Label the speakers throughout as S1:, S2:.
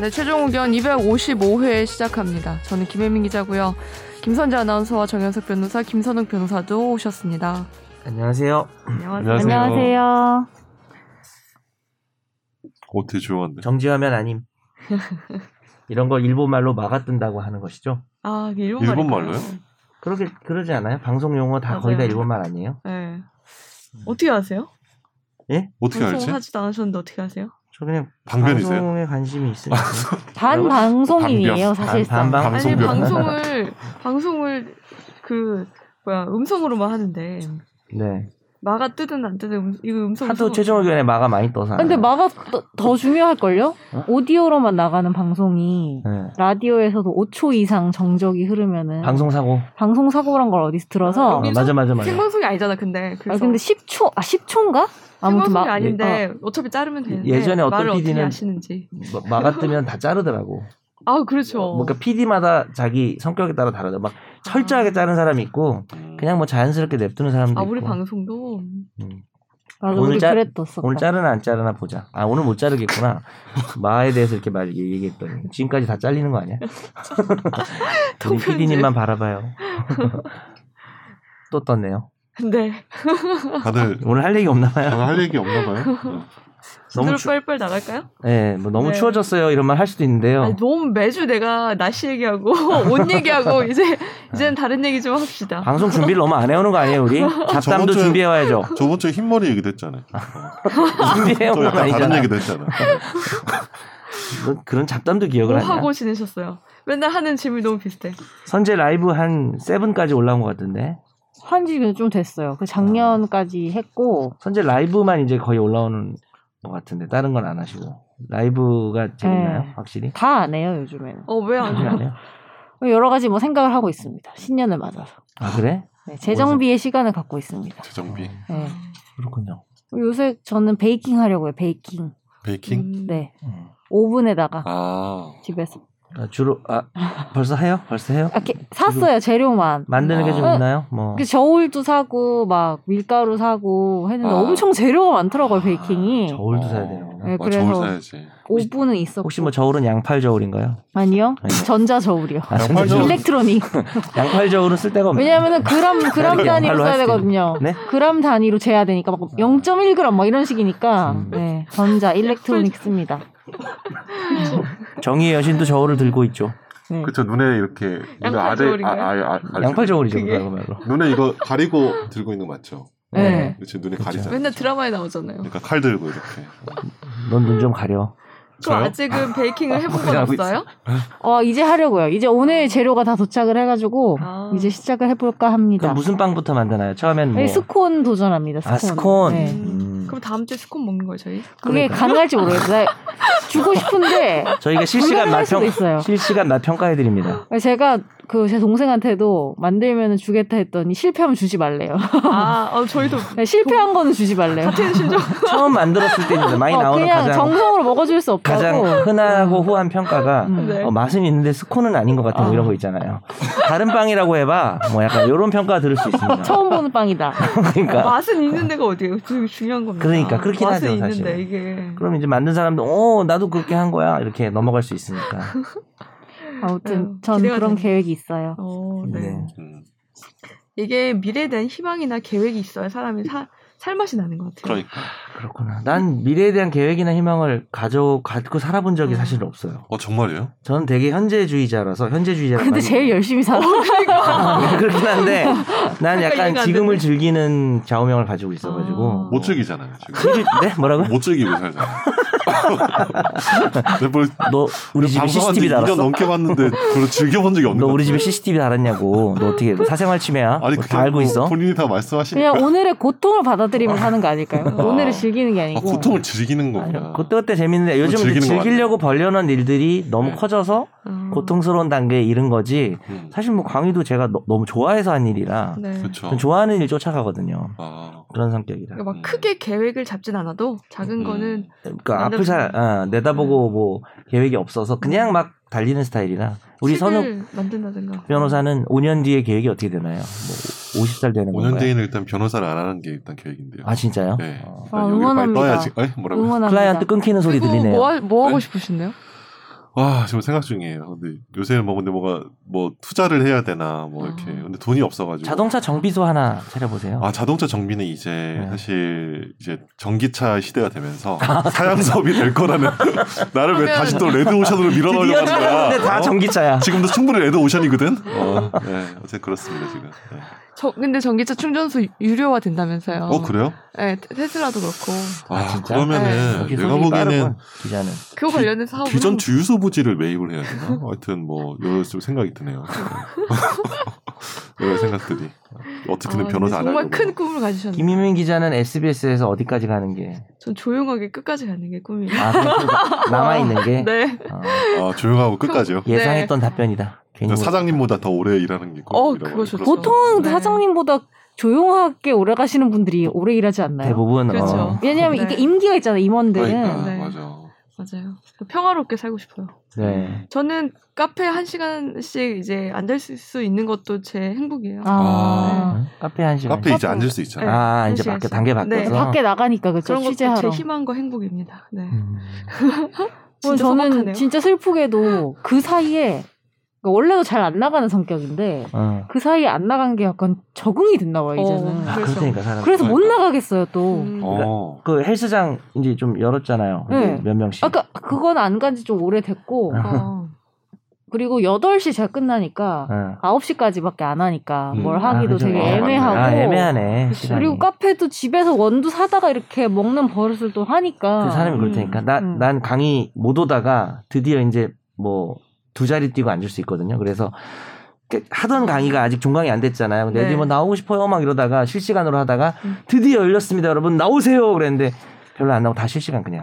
S1: 네, 최종 의견 255회 시작합니다. 저는 김혜민 기자고요. 김선재 아나운서와 정현석 변호사, 김선욱 변호사도 오셨습니다.
S2: 안녕하세요.
S1: 안녕하세요.
S3: 안녕하세요.
S4: 안녕하세요.
S3: 오, 어, 되게 조용한데.
S2: 정지화면 아님. 이런 걸 일본말로 막아뜬다고 하는 것이죠.
S1: 아, 이게 일본말인가요?
S3: 일본말로요?
S2: 그러게 그러지 않아요? 방송 용어 다 거의 다
S1: 맞아요.
S2: 일본말 아니에요?
S1: 네. 어떻게 아세요?
S3: 예? 어떻게 알지?
S1: 방송하지도 않으셨는데 어떻게 아세요?
S2: 저 그냥
S3: 방변이세요?
S2: 방송에 관심이 있으니까.
S4: 반
S3: 여러분,
S4: 방송인이에요, 사실상.
S2: 반방-
S1: 아니,
S3: 어, 방송별.
S1: 방송을, 방송을 그, 뭐야, 음성으로만 하는데.
S2: 네.
S1: 마가 뜨든 안 뜨든 음, 이거 음성
S2: 하도 최종 의견에 마가 많이 떠서. 안
S4: 근데
S2: 해요.
S4: 마가 더, 더 중요할걸요?
S2: 어?
S4: 오디오로만 나가는 방송이
S2: 네.
S4: 라디오에서도 5초 이상 정적이 흐르면은
S2: 방송 사고.
S4: 방송 사고란 걸 어디서 들어서
S1: 여기-
S2: 아, 맞아 맞아 맞아.
S1: 생방송이 아니잖아 근데
S4: 아
S1: 그래서
S4: 근데 10초 아 10초인가? 아무튼
S1: 생방송이
S4: 막 예,
S1: 아닌데 어. 차피 자르면 되는데
S2: 예전에 어떤
S1: 말을 어떻게
S2: PD는
S1: 하시는지
S2: 마- 마가 뭐 뜨면 다 자르더라고.
S1: 아 그렇죠
S2: 뭔가 PD마다 자기 성격에 따라 다르다. 막 철저하게 자른 사람이 있고
S3: 음.
S2: 그냥 뭐 자연스럽게 냅두는 사람도
S1: 아 우리
S2: 있고.
S1: 방송도
S2: 음.
S4: 맞아
S2: 오늘
S4: 우리
S2: 짜-
S4: 그랬었어.
S2: 오늘 자르나 안 자르나 보자. 아 오늘 못 자르겠구나. 마에 대해서 이렇게 말 얘기했더니 지금까지 다 잘리는 거 아니야? 우리
S1: 통편지.
S2: PD님만 바라봐요. 또 떴네요.
S1: 근데
S3: 다들,
S2: 오늘 할 얘기 없나
S3: 다들
S2: 봐요.
S3: 아, 네. 할 얘기 없나 봐요?
S2: 너무
S1: 너무
S2: 추,
S1: 빨빨 나갈까요?
S2: 예, 뭐 너무
S1: 네.
S2: 추워졌어요. 이런 말 할 수도 있는데요.
S1: 아니, 너무 매주 내가 날씨 얘기하고 옷 얘기하고
S2: 어.
S1: 이제 이제는 다른 얘기 좀 합시다
S2: 방송 준비를 너무 안 해오는 거 아니에요, 우리? 잡담도
S3: 저번 주에-
S2: 준비해 와야죠.
S3: 저번 주에 흰머리 얘기도 했잖아요.
S2: 준비해
S3: 또
S2: 오는 거
S3: 약간 다른
S2: 아니잖아.
S3: 얘기도 했잖아요.
S2: 너 그런 잡담도 기억을
S1: 뭐
S2: 하냐?
S1: 하고 지내셨어요? 맨날 하는 질문이 너무 비슷해
S2: 선제 라이브 한 세븐까지 올라온 것 같은데
S4: 한지 좀 됐어요. 그 작년까지 했고
S2: 선제 라이브만 이제 거의 올라오는 것 같은데 다른 건 안 하시고 라이브가 재밌나요?
S4: 네.
S2: 확실히?
S4: 다 안 해요 요즘에는.
S1: 어 왜 안
S2: 요즘
S1: 해요?
S2: 안 해요?
S4: 여러 가지 뭐 생각을 하고 있습니다. 신년을 맞아서
S2: 아 그래? 음,
S4: 네, 재정비의 시간을 갖고 있습니다.
S3: 재정비.
S4: 네.
S2: 그렇군요.
S4: 요새 저는 베이킹 하려고요. 베이킹.
S3: 베이킹?
S4: 네.
S2: 음.
S4: 오븐에다가
S3: 아.
S4: 집에서.
S2: 아, 주로 아 벌써 해요? 벌써 해요?
S4: 아, 게- 샀어요. 재료만.
S2: 만드는 게 좀
S4: 아.
S2: 있나요? 뭐
S4: 그 저울도 사고 막 밀가루 사고 했는데
S3: 아.
S4: 엄청 재료가 많더라고요. 베이킹이.
S2: 아, 저울도
S3: 어.
S2: 사야 되는구나.
S4: 네,
S3: 아, 저울
S4: 그래서-
S3: 사야지.
S4: 오븐은 있었고.
S2: 혹시 뭐 저울은 양팔 저울인가요?
S4: 아니요.
S2: 아니.
S4: 전자 저울이요.
S2: 아,
S3: 양팔
S2: 선제 저울.
S3: 저울.
S4: 일렉트로닉.
S2: 양팔 저울은 쓸 데가 없네.
S4: 왜냐면은 그람 그람
S2: 이렇게
S4: 단위로
S2: 양팔로
S4: 써야
S2: 할 수도
S4: 되거든요.
S2: 네? 아.
S4: 그람 단위로 재야 되니까 막 0.1g 막 이런 식이니까
S2: 음.
S4: 네. 전자 일렉트로닉 씁니다.
S2: 정의의 여신도 저울을 들고 있죠.
S4: 네.
S3: 그쵸, 눈에 이렇게. 눈에
S1: 양팔
S3: 아래,
S1: 저울인가요?
S3: 아, 아, 아, 아,
S2: 양팔 저울이죠,
S1: 그게?
S2: 그야말로.
S3: 눈에 이거 가리고 들고 있는 거 맞죠?
S4: 네.
S3: 그치, 눈에
S2: 그쵸.
S3: 가리잖아.
S1: 맨날 드라마에 나오잖아요
S3: 그러니까 칼 들고 이렇게.
S2: 넌 눈 좀 가려.
S1: 그럼
S3: 저요?
S1: 아직은 베이킹을 해본 건
S2: 하고 있어.
S1: 없어요?
S4: 어 이제 하려고요. 이제 오늘 재료가 다 도착을 해가지고
S1: 아.
S4: 이제 시작을 해볼까 합니다.
S2: 그럼 무슨 빵부터 만드나요? 처음엔 뭐
S4: 그러니까. 아니, 스콘 도전합니다. 스콘.
S2: 아 스콘.
S4: 네.
S2: 음.
S1: 그럼 다음 주에 스콘 먹는 거예요 저희?
S4: 그게
S2: 그러니까.
S4: 가능할지 모르겠어요. 주고 싶은데
S2: 저희가 실시간
S4: 판매를 아, 할 수도
S2: 맛평
S4: 있어요.
S2: 실시간 맛평가해 드립니다.
S4: 제가 그 제 동생한테도 만들면 주겠다 했더니 실패하면 주지 말래요.
S1: 아 어, 저희도
S4: 네, 실패한 거는 주지 말래요.
S1: 같은 심정
S2: 처음 만들었을 때입니다. 많이
S4: 어,
S2: 나오는
S4: 그냥
S2: 가장
S4: 정성으로 먹어줄 수 없다고.
S2: 가장 흔하고 후한 평가가
S4: 음.
S1: 네.
S2: 어, 맛은 있는데 스콘은 아닌 것 같아 뭐
S4: 아.
S2: 이런 거 있잖아요. 다른 빵이라고 해봐 뭐 약간 이런 평가 들을 수 있습니다.
S4: 처음 보는 빵이다. 아.
S2: 그러니까
S1: 맛은 있는 데가 어디예요? 되게 중요한 겁니다.
S2: 그러니까, 그렇긴
S1: 맛은
S2: 하죠,
S1: 있는데
S2: 사실.
S1: 이게
S2: 그럼 이제 만든 사람도 어 나도 그렇게 한 거야 이렇게 넘어갈 수 있으니까.
S4: 아무튼
S1: 아유,
S4: 전
S1: 기대가
S4: 그런
S1: 되네.
S4: 계획이 있어요.
S1: 어, 네.
S2: 네.
S3: 음,
S1: 이게 미래에 대한 희망이나 계획이 있어야 사람이 사, 살맛이 나는 것 같아요.
S3: 그러니까.
S2: 그렇구나. 난 미래에 대한 계획이나 희망을 가져 갖고 살아본 적이
S1: 음.
S2: 사실 없어요.
S3: 어, 정말이에요?
S2: 저는 되게 현재주의자라서 현재주의자라고.
S4: 근데 제일 열심히 살아.
S2: 네, 그렇긴 한데 난
S1: 이해가
S2: 약간
S1: 안 되네.
S2: 지금을 즐기는 좌우명을 가지고 있어가지고
S1: 아.
S3: 못 즐기잖아요, 지금.
S2: 지금- 네 뭐라고요?
S3: 못 즐기고 네, 뭐, 살잖아. 내가
S2: 너 우리 집에
S3: 방송한 지
S2: CCTV
S3: 2년
S2: 달았어?
S3: 넘게 봤는데 그걸 즐겨본 적이 없는
S2: 너
S3: 거
S2: 우리 집에 CCTV 달았냐고. 너 어떻게 사생활 침해야?
S3: 아니
S2: 너
S3: 그
S2: 다 알고 있어?
S3: 본인이 다 말씀하시니까
S4: 그냥 오늘의 고통을 받아들이면 사는 거 아닐까요?
S3: 아.
S4: 오늘을 즐기는 게
S3: 아,
S4: 아니고.
S3: 고통을 즐기는
S2: 아니, 뭐
S3: 거구나.
S2: 그때 그때 재밌는데 요즘
S3: 뭐 즐기는 거
S2: 즐기려고 벌려놓은 일들이 너무
S3: 네.
S2: 커져서
S1: 어,
S2: 고통스러운 단계에 이른 거지.
S3: 음,
S2: 사실 뭐 광희도 제가 너, 무 좋아해서 한 일이라
S1: 네. 그러니까
S3: 그렇죠.
S2: 전 좋아하는 일 쫓아가거든요.
S3: 아,
S2: 그런 성격이라.
S1: 막 크게 계획을 잡진 않아도 작은
S3: 음.
S1: 거는
S2: 그러니까 앞을 잘 아, 내다보고
S1: 네.
S2: 뭐 계획이 없어서 그냥 막 달리는 스타일이라. 우리 선욱
S1: 책을 만든다든가
S2: 변호사는 5년 뒤에 계획이 어떻게 되나요? 뭐 50살 되는
S3: 5년
S2: 건가요?
S3: 뒤에는 일단 변호사를 안 하는 게 일단 계획인데요.
S2: 아 진짜요?
S3: 네.
S2: 어.
S3: 일단
S4: 아,
S3: 여기 빨리
S4: 응원합니다.
S3: 떠야지. 에? 뭐라고?
S4: 응원합니다.
S2: 클라이언트 끊기는 소리
S1: 그리고
S2: 들리네요.
S1: 뭐, 하, 뭐 하고
S3: 네?
S1: 싶으신데요?
S3: 와 지금 생각 중이에요. 근데 요새는 뭐 근데 뭐가 뭐 투자를 해야 되나 뭐 이렇게
S1: 아.
S3: 근데 돈이 없어가지고
S2: 자동차 정비소 하나 차려보세요.
S3: 아 자동차 정비는 이제
S2: 네.
S3: 사실 이제 전기차 시대가 되면서
S2: 아,
S3: 사양사업이 될 거라는 나를 왜 다시 또 레드 오션으로 밀어넣으려고
S2: 드디어 찾았는데
S3: 하는
S2: 다
S3: 거야? 어?
S2: 전기차야.
S3: 지금도 충분히 레드 오션이거든. 어, 네, 어쨌든 그렇습니다 지금. 네.
S1: 저, 근데 전기차 충전소 유료화 된다면서요.
S3: 어 그래요?
S1: 네, 테- 테슬라도 그렇고.
S3: 아,
S2: 아, 진짜?
S3: 그러면은
S2: 여기
S3: 내가
S2: 손이 뭐.
S3: 보기에는
S2: 빠르군, 기자는
S1: 그거
S3: 기-
S1: 관련된 사업은
S3: 비전 주유소 부지를 매입을 해야 되나? 하여튼 뭐 여러 좀 생각이 드네요. 여러 생각들이 어떻게든
S1: 아,
S3: 변호사
S1: 근데
S3: 안
S1: 정말
S3: 하려고.
S1: 큰 꿈을 가지셨네.
S2: 김희민 기자는 SBS에서 어디까지 가는 게
S1: 전 조용하게 끝까지 가는 게 꿈이에요.
S2: 아, 남아 있는 게
S1: 네.
S2: 어,
S3: 아, 조용하고 끝까지요.
S2: 예상했던 답변이다. 괜히
S3: 네, 사장님보다 더 오래 일하는 게
S1: 어,
S3: 꿈이라고
S1: 그거 좋죠.
S3: 하죠.
S4: 보통
S1: 네.
S4: 사장님보다 조용하게 오래 가시는 분들이 오래 일하지 않나요?
S2: 대부분
S1: 그렇죠.
S2: 어,
S4: 왜냐하면
S1: 네.
S4: 이게 임기가 있잖아요 임원들은
S3: 그러니까
S1: 네.
S3: 맞아.
S1: 맞아요. 평화롭게 살고 싶어요. 예.
S2: 네.
S1: 저는 카페 한 시간씩 이제 앉을 수 있는 것도 제 행복이에요.
S4: 아,
S2: 응? 어, 카페 한 시간.
S3: 카페 이제
S1: 카페.
S3: 앉을 수
S1: 네.
S3: 있잖아.
S2: 아 이제
S1: 시간.
S2: 밖에 단계
S1: 네.
S2: 바뀌어서.
S4: 밖에 나가니까 그죠
S1: 그런 것도 제
S4: 취재하러
S1: 희망과 행복입니다. 네.
S2: 음.
S4: 그럼
S1: 진짜
S4: 저는
S1: 소박하네요.
S4: 진짜 슬프게도 그 사이에 그러니까 원래도 잘 안 나가는 성격인데
S2: 어.
S4: 그 사이에 안 나간 게 약간 적응이 됐나 봐요 이제는
S1: 어.
S2: 아, 그렇다니까 사람.
S4: 그래서 못
S3: 그러니까.
S4: 나가겠어요 또
S1: 음.
S3: 어.
S2: 그 헬스장 이제 좀 열었잖아요.
S4: 네.
S2: 몇 명씩.
S4: 아까 그건 안 간 지 좀 오래됐고
S2: 아.
S1: 어.
S4: 그리고 8시 제가 끝나니까
S2: 어.
S4: 9시까지밖에 안 하니까
S3: 음.
S4: 뭘
S3: 아,
S4: 하기도
S2: 그죠.
S4: 되게
S2: 아, 맞네.
S4: 애매하고
S2: 아, 애매하네. 시간이.
S4: 그리고 카페도 집에서 원두 사다가 이렇게 먹는 버릇을 또 하니까
S2: 그 사람이 그럴
S1: 음,
S2: 테니까 나
S4: 음.
S2: 난 강의 못 오다가 드디어 이제 뭐 두 자리 뛰고 앉을 수 있거든요. 그래서 그 하던 강의가 아직 종강이 안 됐잖아요. 근데
S1: 네.
S2: 어디 뭐 나오고 싶어요 막 이러다가 실시간으로 하다가
S1: 음.
S2: 드디어 열렸습니다. 여러분 나오세요 그랬는데 별로 안 나오고 다 실시간 그냥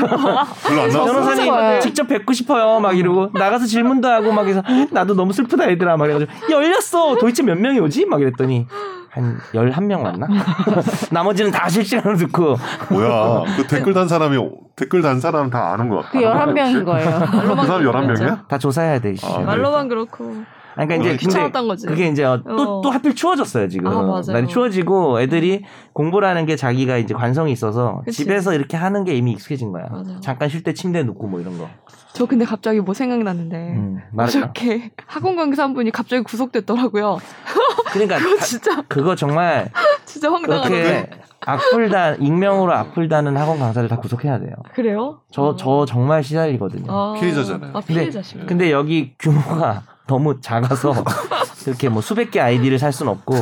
S3: 별로 안 나왔어.
S4: 변호사-
S2: 변호사님
S4: 진짜.
S2: 직접 뵙고 싶어요 막 이러고 나가서 질문도 하고 막 해서 나도 너무 슬프다 얘들아 막 이래가지고 열렸어 도대체 몇 명이 오지 막 이랬더니 한 11명 왔나? 나머지는 다 실시간으로 듣고
S3: 뭐야? 그 댓글 단 사람이 댓글 단 사람 다 아는 것 같아.
S4: 그 11명인 거예요
S3: 그 사람 11명이야?
S2: 다 조사해야 돼. 이씨.
S3: 아, 네.
S1: 말로만 그렇고
S2: 아니, 그러니까 이제 근데
S1: 귀찮았던 거지.
S2: 그게 이제 또 또
S1: 어.
S2: 하필 추워졌어요 지금.
S1: 아, 맞아요.
S2: 날이 추워지고 애들이 공부라는 게 자기가 이제 관성이 있어서
S1: 그치.
S2: 집에서 이렇게 하는 게 이미 익숙해진 거야.
S1: 맞아요.
S2: 잠깐 쉴 때 침대에 눕고 뭐 이런 거.
S1: 저 근데 갑자기 뭐 생각났는데
S2: 음, 맞아.
S1: 어저께 학원 강사 한 분이 갑자기 구속됐더라고요.
S2: 그러니까
S1: 그거
S2: 다-
S1: 진짜
S2: 그거 정말
S1: 진짜 황당하던데.
S3: 네.
S2: 그렇게 악플단 익명으로 악플다는 학원 강사를 다 구속해야 돼요.
S1: 그래요?
S2: 저
S1: 어.
S2: 저 정말 시달리거든요.
S1: 아.
S3: 피해자잖아요.
S1: 아,
S2: 근데-
S1: 피해자시고.
S2: 근데 여기 규모가 너무 작아서 이렇게 뭐 수백 개 아이디를 살 순 없고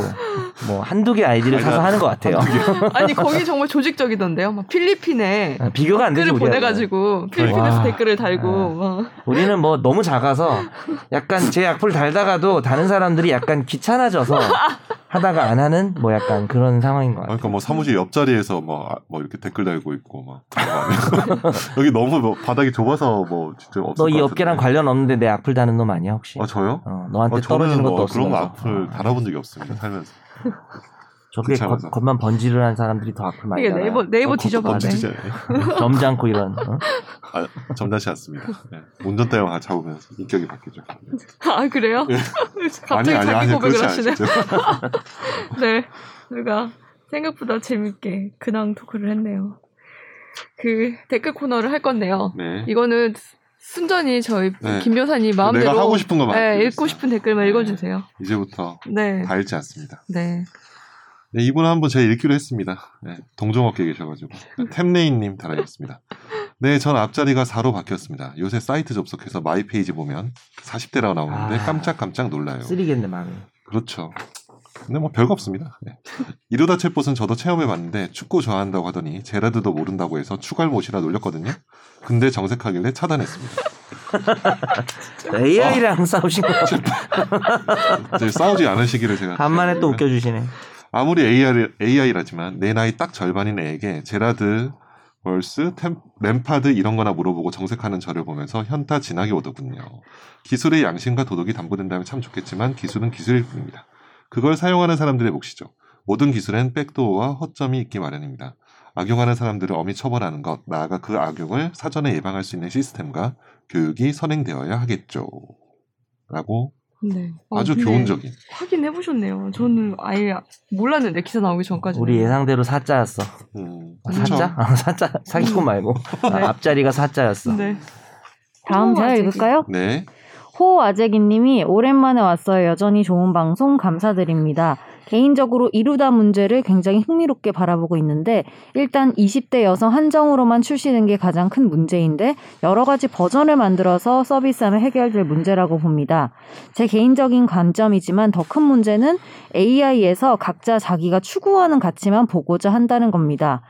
S2: 뭐 한두 개 아이디를
S3: 아니,
S2: 사서
S3: 나-
S2: 하는 것 같아요.
S1: 아니 거기 정말 조직적이던데요. 막 필리핀에
S2: 아, 비교가 안 되지
S1: 댓글을
S2: 우리하고.
S1: 보내가지고
S3: 그러니까.
S1: 필리핀에서
S2: 와.
S1: 댓글을 달고 막
S2: 우리는 뭐 너무 작아서 약간 제 악플 달다가도 다른 사람들이 약간 귀찮아져서 하다가 안 하는 뭐 약간 그런 상황인 것
S3: 아,
S2: 같아요.
S3: 그러니까 뭐 사무실 옆자리에서 뭐, 아, 뭐 이렇게 댓글 달고 있고 막 여기 너무 뭐 바닥이 좁아서 뭐 진짜 없을
S2: 너 이
S3: 것
S2: 업계랑
S3: 같은데.
S2: 관련 없는데 내 악플 다는 놈 아니야 혹시?
S3: 아 저요?
S2: 어,
S3: 아,
S2: 너한테
S3: 저는
S2: 떨어지는 것도
S3: 뭐
S2: 없어.
S3: 그런 거 악플 달아본 적이 없습니다 살면서
S2: 저게
S3: 그쵸,
S2: 겉-
S3: 맞아.
S2: 겉만 번지를 한 사람들이 더 악플 많이
S1: 이게
S2: 달아.
S1: 네이버 네이버
S3: 아,
S1: 뒤져봐.
S3: 그것도
S1: 네.
S3: 던지잖아요.
S2: 점지 않고 이런. 어?
S3: 점잖지 않습니다 네. 운전대형 잡으면 서 인격이 바뀌죠
S1: 아 그래요?
S3: 예.
S1: 갑자기 자기 고백을
S3: 그렇지
S1: 하시네.
S3: 않죠.
S1: 네, 우리가 생각보다 재밌게 근황 토크를 했네요. 그 댓글 코너를 할 건데요.
S3: 네.
S1: 이거는 순전히 저희
S3: 네.
S1: 김 여사님 마음대로
S3: 내가 하고 싶은 거만
S1: 네,
S3: 읽겠습니다.
S1: 읽고 싶은 댓글만
S3: 네.
S1: 읽어주세요.
S3: 이제부터
S1: 네,
S3: 다 읽지 않습니다
S1: 네.
S3: 네, 이분은 한번 제가 읽기로 했습니다 네, 동종업계에 계셔가지고 네, 템레인님 달아있습니다 네, 전 앞자리가 4로 바뀌었습니다. 요새 사이트 접속해서 마이 페이지 보면 40대라고 나오는데
S2: 아.
S3: 깜짝깜짝 놀라요.
S2: 쓰리겠네 마음이.
S3: 그렇죠. 근데 뭐 별거 없습니다. 네. 이러다 챗봇은 저도 체험해봤는데 축구 좋아한다고 하더니 제라드도 모른다고 해서 추갈못이라 놀렸거든요. 근데 정색하길래 차단했습니다. 어.
S2: AI랑 싸우신 거.
S3: 이제 싸우지 네, 않으시기를 제가
S2: 간만에 또 웃겨주시네.
S3: 아무리 AI, AI라지만 내 나이 딱 절반인 애에게 제라드, 월스, 템- 램파드 이런 거나 물어보고 정색하는 저를 보면서 현타 진하게 오더군요. 기술의 양심과 도덕이 담보된다면 참 좋겠지만 기술은 기술일 뿐입니다. 그걸 사용하는 사람들의 몫이죠. 모든 기술엔 백도어와 허점이 있기 마련입니다. 악용하는 사람들을 엄히 처벌하는 것, 나아가 그 악용을 사전에 예방할 수 있는 시스템과 교육이 선행되어야 하겠죠. 라고
S1: 네. 어,
S3: 아주
S1: 근데
S3: 교훈적인.
S1: 확인해 보셨네요. 저는 아예 몰랐는데 기사 나오기 전까지.
S2: 우리 예상대로 사자였어.
S3: 음,
S2: 아,
S3: 그쵸?
S2: 사자? 아, 사자 사기꾼 말고 아,
S1: 네.
S2: 앞자리가 사자였어.
S1: 네.
S4: 다음 제가
S1: 호아재기.
S4: 읽을까요?
S3: 네.
S4: 호아재기님이 오랜만에 왔어요. 여전히 좋은 방송 감사드립니다. 개인적으로 이루다 문제를 굉장히 흥미롭게 바라보고 있는데 일단 20대 여성 한정으로만 출시된 게 가장 큰 문제인데 여러 가지 버전을 만들어서 서비스하면 해결될 문제라고 봅니다. 제 개인적인 관점이지만 더 큰 문제는 AI에서 각자 자기가 추구하는 가치만 보고자 한다는 겁니다.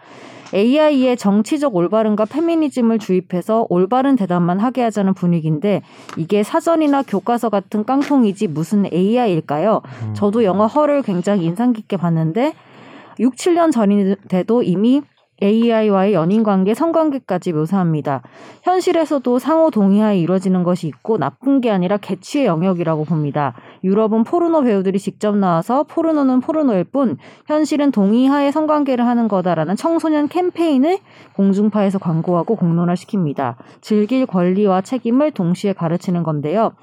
S4: AI의 정치적 올바름과 페미니즘을 주입해서 올바른 대답만 하게 하자는 분위기인데 이게 사전이나 교과서 같은 깡통이지 무슨 AI일까요?
S2: 음.
S4: 저도 영화 허를 굉장히 인상 깊게 봤는데 6, 7년 전인데도 이미 AI와의 연인 관계, 성관계까지 묘사합니다. 현실에서도 상호 동의하에 이루어지는 것이 있고 나쁜 게 아니라 개취의 영역이라고 봅니다. 유럽은 포르노 배우들이 직접 나와서 포르노는 포르노일 뿐 현실은 동의하에 성관계를 하는 거다라는 청소년 캠페인을 공중파에서 광고하고 공론화시킵니다. 즐길 권리와 책임을 동시에 가르치는 건데요.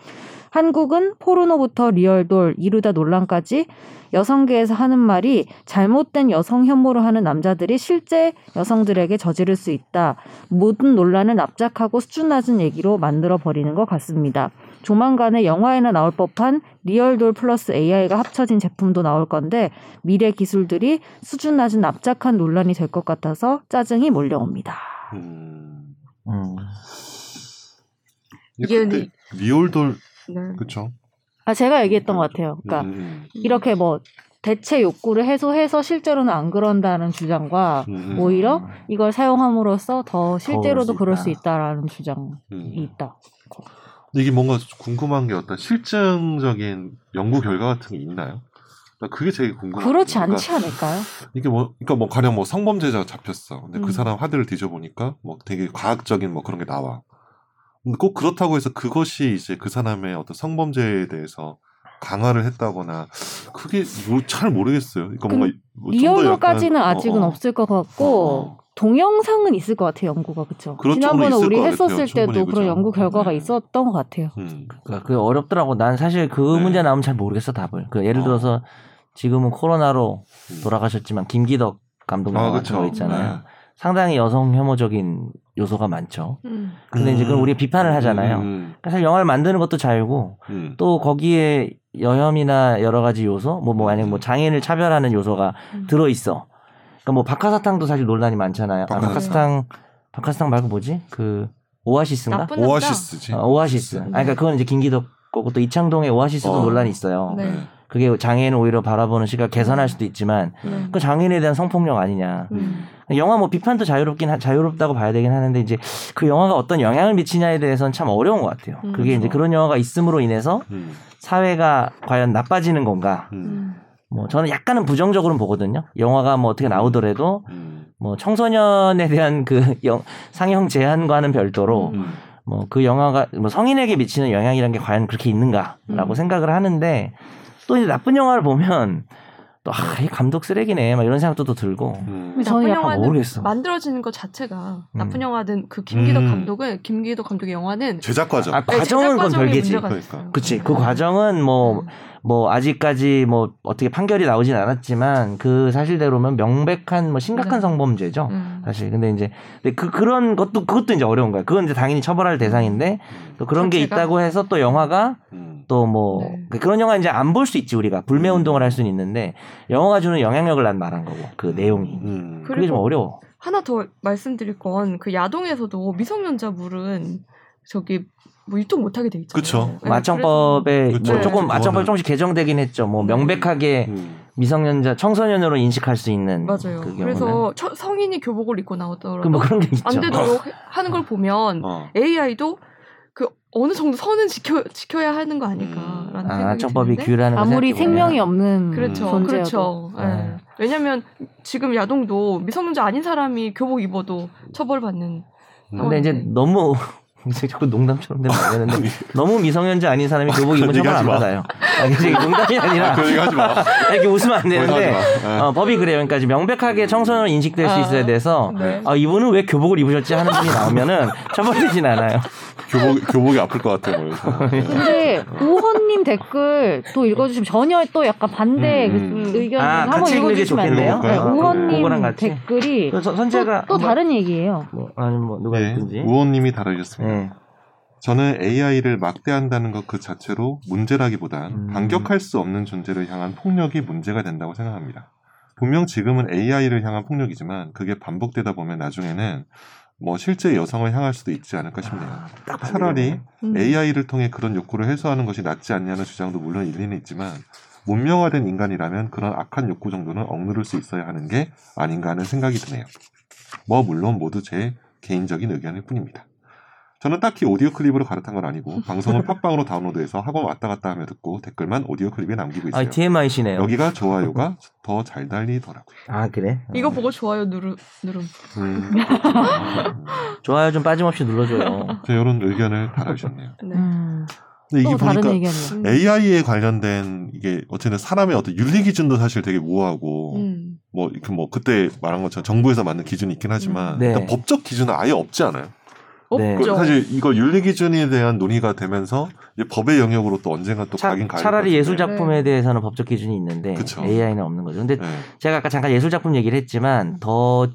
S4: 한국은 포르노부터 리얼돌, 이루다 논란까지 여성계에서 하는 말이 잘못된 여성 혐오를 하는 남자들이 실제 여성들에게 저지를 수 있다. 모든 논란을 납작하고 수준 낮은 얘기로 만들어 버리는 것 같습니다. 조만간에 영화에나 나올 법한 리얼돌 플러스 AI가 합쳐진 제품도 나올 건데 미래 기술들이 수준 낮은 납작한 논란이 될 것 같아서 짜증이 몰려옵니다.
S3: 음.
S2: 음.
S3: 근데
S1: 이게
S3: 그때 리얼돌
S1: 네.
S3: 그쵸?
S4: 아 제가 얘기했던 것 같아요. 그러니까
S3: 음,
S4: 이렇게 뭐 대체 욕구를 해소해서 실제로는 안 그런다는 주장과
S3: 음,
S4: 오히려 이걸 사용함으로써 더 실제로도
S2: 그럴
S4: 그럴
S2: 수
S4: 수
S2: 있다.
S4: 있다라는 주장이
S3: 음.
S4: 있다.
S3: 근데 이게 뭔가 궁금한 게 어떤 실증적인 연구 결과 같은 게 있나요? 나 음. 그게 제일 궁금해.
S4: 그렇지 않지 않을까요?
S3: 이게 뭐, 그러니까 뭐 가령 뭐 성범죄자가 잡혔어. 근데
S4: 음.
S3: 그 사람 하드를 뒤져보니까 뭐 되게 과학적인 뭐 그런 게 나와. 근데 꼭 그렇다고 해서 그것이 이제 그 사람의 어떤 성범죄에 대해서 강화를 했다거나 그게 뭐 잘 모르겠어요. 그러니까
S4: 근-
S3: 뭔가 뭐좀더
S4: 리얼로까지는
S3: 약간-
S4: 아직은
S3: 어, 어.
S4: 없을 것
S3: 어,
S4: 같고
S3: 어.
S4: 동영상은 있을 것 같아요. 연구가 그렇죠.
S3: 그렇죠.
S4: 지난번에
S3: 있을
S4: 우리
S3: 것 같아요.
S4: 했었을
S3: 충분히 그죠.
S4: 때도 그런 연구 결과가
S3: 네.
S4: 있었던 것 같아요.
S3: 음.
S2: 그러니까 그 어렵더라고. 난 사실 그
S3: 네.
S2: 문제 나오면 잘 모르겠어 답을. 그 예를
S3: 어.
S2: 들어서 지금은 코로나로
S3: 음.
S2: 돌아가셨지만 김기덕 감독
S3: 아,
S2: 영화 같은
S3: 그쵸.
S2: 거 있잖아요. 상당히 여성 혐오적인 요소가 많죠.
S1: 음.
S2: 근데 이제 그걸 우리 비판을 하잖아요.
S3: 음,
S2: 그러니까 사실 영화를 만드는 것도 자유고
S3: 음,
S2: 또 거기에 여혐이나 여러 가지 요소, 뭐, 뭐, 아니면 뭐 장애인을 차별하는 요소가
S1: 음.
S2: 들어있어. 그러니까 뭐 박하사탕도 사실 논란이 많잖아요. 아,
S3: 박하사탕.
S2: 박하사탕, 박하사탕 말고 뭐지? 그, 오아시스인가?
S1: 나쁜
S3: 음.
S1: 남자.
S3: 오아시스지. 네.
S2: 어, 오아시스. 아, 그러니까 그건 이제 김기덕 거고 또 이창동의 오아시스도
S3: 어.
S2: 논란이 있어요.
S1: 네. 음.
S2: 그게 장애인을 오히려 바라보는 시각 개선할 수도 있지만
S1: 네.
S2: 그 장애인에 대한 성폭력 아니냐.
S1: 음.
S2: 영화 뭐 비판도 자유롭긴 하- 자유롭다고 봐야 되긴 하는데 이제 그 영화가 어떤 영향을 미치냐에 대해서는 참 어려운 것 같아요.
S1: 음.
S2: 그게 이제 그런 영화가 있음으로 인해서
S3: 음,
S2: 사회가 과연 나빠지는 건가?
S3: 음,
S1: 음.
S2: 뭐 저는 약간은 부정적으로는 보거든요. 영화가 뭐 어떻게 나오더라도
S3: 음,
S2: 뭐 청소년에 대한 그 영, 상영 제한과는 별도로
S3: 음,
S2: 뭐 그 영화가 뭐 성인에게 미치는 영향이란 게 과연 그렇게 있는가라고
S1: 음.
S2: 생각을 하는데 또 이제 나쁜 영화를 보면 또 아, 이 감독 쓰레기네 막 이런 생각도 또 들고 아, 뭐
S3: 음.
S4: 저는
S1: 나쁜
S4: 약간
S1: 영화는
S2: 모르겠어.
S1: 만들어지는 것 자체가
S2: 음.
S1: 나쁜 영화든 그 김기덕
S3: 음.
S1: 감독은 김기덕 감독의 영화는
S3: 제작 과정.
S2: 아 과정은
S1: 제작
S2: 그건
S1: 과정이
S2: 별개지.
S1: 문제가 됐어요. 음.
S3: 그러니까.
S2: 그치 그 과정은 뭐 뭐 아직까지 뭐 어떻게 판결이 나오진 않았지만 그 사실대로면 명백한 뭐 심각한
S1: 네.
S2: 성범죄죠.
S1: 음.
S2: 사실 근데 이제 근데 그 그런 것도 그것도 이제 어려운 거야. 그건 이제 당연히 처벌할 대상인데 또 그런 게
S1: 자체가?
S2: 있다고 해서 또 영화가
S3: 음,
S2: 또 뭐
S1: 네.
S2: 그런 영화 이제 안 볼 수 있지 우리가 불매
S3: 음.
S2: 운동을 할 수는 있는데 영화가 주는 영향력을 난 말한 거고 그 내용이
S3: 음.
S1: 그래.
S2: 그게 좀
S1: 그리고-
S2: 어려워.
S1: 하나 더 말씀드릴 건 그 야동에서도 미성년자 물은 저기 뭐 유통 못하게 돼 있잖아요.
S3: 그쵸.
S1: 네,
S2: 마청법에
S3: 그래서-
S2: 뭐
S1: 그쵸.
S2: 조금 마청법
S3: 그거는-
S2: 조금씩 개정되긴 했죠. 뭐 명백하게
S3: 음.
S2: 미성년자 청소년으로 인식할 수 있는
S1: 그래서- 맞아요.
S2: 그 경우는
S1: 그래서 처- 성인이 교복을 입고 나오더라도
S2: 그뭐 어. 그런 게 있죠.
S1: 안 되도록 해- 하는 걸 보면
S3: 어.
S1: AI도 그 어느 정도 선은 지켜 지켜야 하는 거 아닐까라는
S3: 음.
S1: 생각이
S2: 아, 정법이
S1: 드는데
S2: 규율하는 거
S4: 아무리
S2: 생각해보면.
S4: 생명이 없는
S1: 그렇죠,
S4: 존재여도.
S1: 그렇죠. 예.
S2: 네.
S1: 왜냐하면 지금 야동도 미성년자 아닌 사람이 교복 입어도 처벌받는.
S2: 근데 이제
S4: 어.
S1: 네.
S2: 너무 이제 자꾸 농담처럼 되면 안 되는데 너무 미성년자 아닌 사람이 교복 입은 처벌
S3: 아, 그 얘기하지
S2: 안
S3: 마.
S2: 받아요. 아, 이게 농담이 아니라
S3: 그 얘기 하지 마.
S2: 이렇게 웃으면 안
S3: 그거 하지
S2: 되는데
S3: 마. 예.
S2: 어, 법이 그래요. 그러니까 이제 명백하게 청소년으로 인식될
S4: 아.
S2: 수 있어야 돼서
S1: 네.
S2: 아, 이분은 왜 교복을 입으셨지 하는 분이 나오면은 처벌되진 않아요.
S3: 교복 교복이 아플 것 같아 뭐. 그래서.
S4: 근데
S3: 그렇죠.
S4: 우헌님 댓글 또 읽어주시면 전혀 또 약간 반대
S3: 음,
S1: 음.
S4: 의견
S2: 아,
S4: 한번
S2: 같이 읽는 게
S4: 읽어주시면 안
S2: 좋겠네요. 어,
S4: 돼요? 네,
S3: 그럴까요?
S2: 그거랑
S4: 우헌님
S2: 같이.
S4: 댓글이
S2: 그래서
S4: 또,
S2: 선재가
S4: 또
S2: 한번-
S4: 다른 얘기예요.
S2: 뭐, 아니 뭐 누가
S3: 네.
S2: 있든지.
S3: 우원님이 다뤄주셨습니다.
S2: 네.
S3: 저는 AI를 막대한다는 것 그 자체로 문제라기보단
S2: 음.
S3: 반격할 수 없는 존재를 향한 폭력이 문제가 된다고 생각합니다. 분명 지금은 AI를 향한 폭력이지만 그게 반복되다 보면 나중에는 뭐 실제 여성을 향할 수도 있지 않을까 싶네요.
S2: 딱
S3: 차라리
S1: 음.
S3: AI를 통해 그런 욕구를 해소하는 것이 낫지 않냐는 주장도 물론 일리는 있지만 문명화된 인간이라면 그런 악한 욕구 정도는 억누를 수 있어야 하는 게 아닌가 하는 생각이 드네요. 뭐 물론 모두 제 개인적인 의견일 뿐입니다. 저는 딱히 오디오 클립으로 갈아탄 건 아니고 방송은 팟빵으로 다운로드해서 학원 왔다 갔다 하며 듣고 댓글만 오디오 클립에 남기고
S2: 아,
S3: 있어요.
S2: TMI시네요.
S3: 여기가 좋아요가 더 잘 달리더라고요.
S2: 아 그래?
S1: 이거
S2: 어.
S1: 보고 좋아요 누르 누름.
S3: 음, 그렇구나. 음,
S2: 좋아요 좀 빠짐없이 눌러줘요.
S3: 저 이런 의견을 달아주셨네요.
S1: 네.
S4: 음,
S3: 근데
S4: 또
S3: 이게
S4: 다른
S3: 보니까
S1: 음.
S4: 의견이요.
S3: AI에 관련된 이게 어쨌든 사람의 어떤 윤리 기준도 사실 되게 모호하고
S1: 음.
S3: 뭐 이렇게 뭐 그때 말한 것처럼 정부에서 만든 기준이 있긴 하지만
S1: 음.
S2: 네.
S3: 일단 법적 기준은 아예 없지 않아요.
S2: 네.
S1: 없죠.
S3: 그 사실 이거 윤리 기준에 대한 논의가 되면서 이제 법의 영역으로 또 언젠가 또
S2: 차,
S3: 가긴 가요.
S2: 라리 예술 작품에
S1: 네.
S2: 대해서는 법적 기준이 있는데
S3: 그쵸.
S2: AI는 없는 거죠. 근데
S3: 네.
S2: 제가 아까 잠깐 예술 작품 얘기를 했지만 더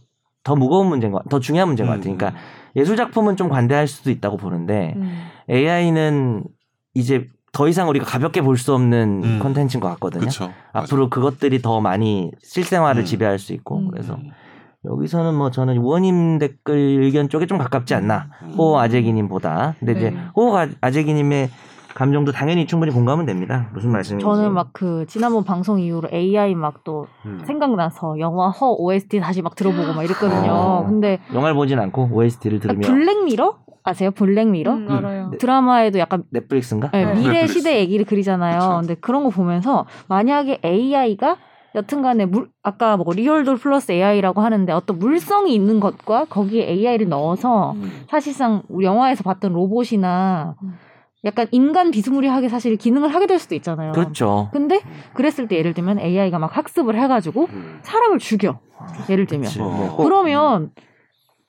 S2: 더 무거운 문제인 것, 같- 더 중요한 문제인 것 같아요.
S3: 음.
S2: 그러니까 예술 작품은 좀 관대할 수도 있다고 보는데
S1: 음.
S2: AI는 이제 더 이상 우리가 가볍게 볼 수 없는
S3: 음.
S2: 컨텐츠인 것 같거든요.
S3: 그쵸.
S2: 앞으로 그것들이 더 많이 실생활을
S3: 음.
S2: 지배할 수 있고
S1: 음.
S2: 그래서
S3: 음.
S2: 여기서는 뭐 저는 원님 댓글 의견 쪽에 좀 가깝지 않나 뭐
S3: 음.
S2: 호호 아재기님보다 근데
S1: 네.
S2: 이제 호호 아- 아재기님의 감정도 당연히 충분히 공감은 됩니다 무슨 말씀인지
S4: 저는 막 그 지난번 방송 이후로 AI 막 또
S3: 음.
S4: 생각나서 영화 허 OST 다시 막 들어보고 막 이랬거든요.
S2: 어.
S4: 근데
S2: 영화를 보진 않고 OST를
S4: 아,
S2: 들으면
S4: 블랙미러 아세요? 블랙미러
S1: 음,
S3: 음.
S1: 알아요.
S4: 드라마에도 약간
S2: 넷플릭스인가?
S4: 네,
S1: 네.
S4: 미래
S2: 그렇죠.
S3: 넷플릭스.
S4: 시대 얘기를 그리잖아요.
S3: 그쵸.
S4: 근데 그런 거 보면서 만약에 AI가 여튼간에 물 아까 뭐 리얼돌 플러스 AI라고 하는데 어떤 물성이 있는 것과 거기에 AI를 넣어서
S1: 음.
S4: 사실상 우리 영화에서 봤던 로봇이나
S1: 음.
S4: 약간 인간 비스무리하게 사실 기능을 하게 될 수도 있잖아요.
S2: 그렇죠.
S4: 근데 그랬을 때 예를 들면 AI가 막 학습을 해가지고
S3: 음.
S4: 사람을 죽여 아, 예를 들면
S2: 그치.
S3: 어.
S2: 네, 꼭
S4: 그러면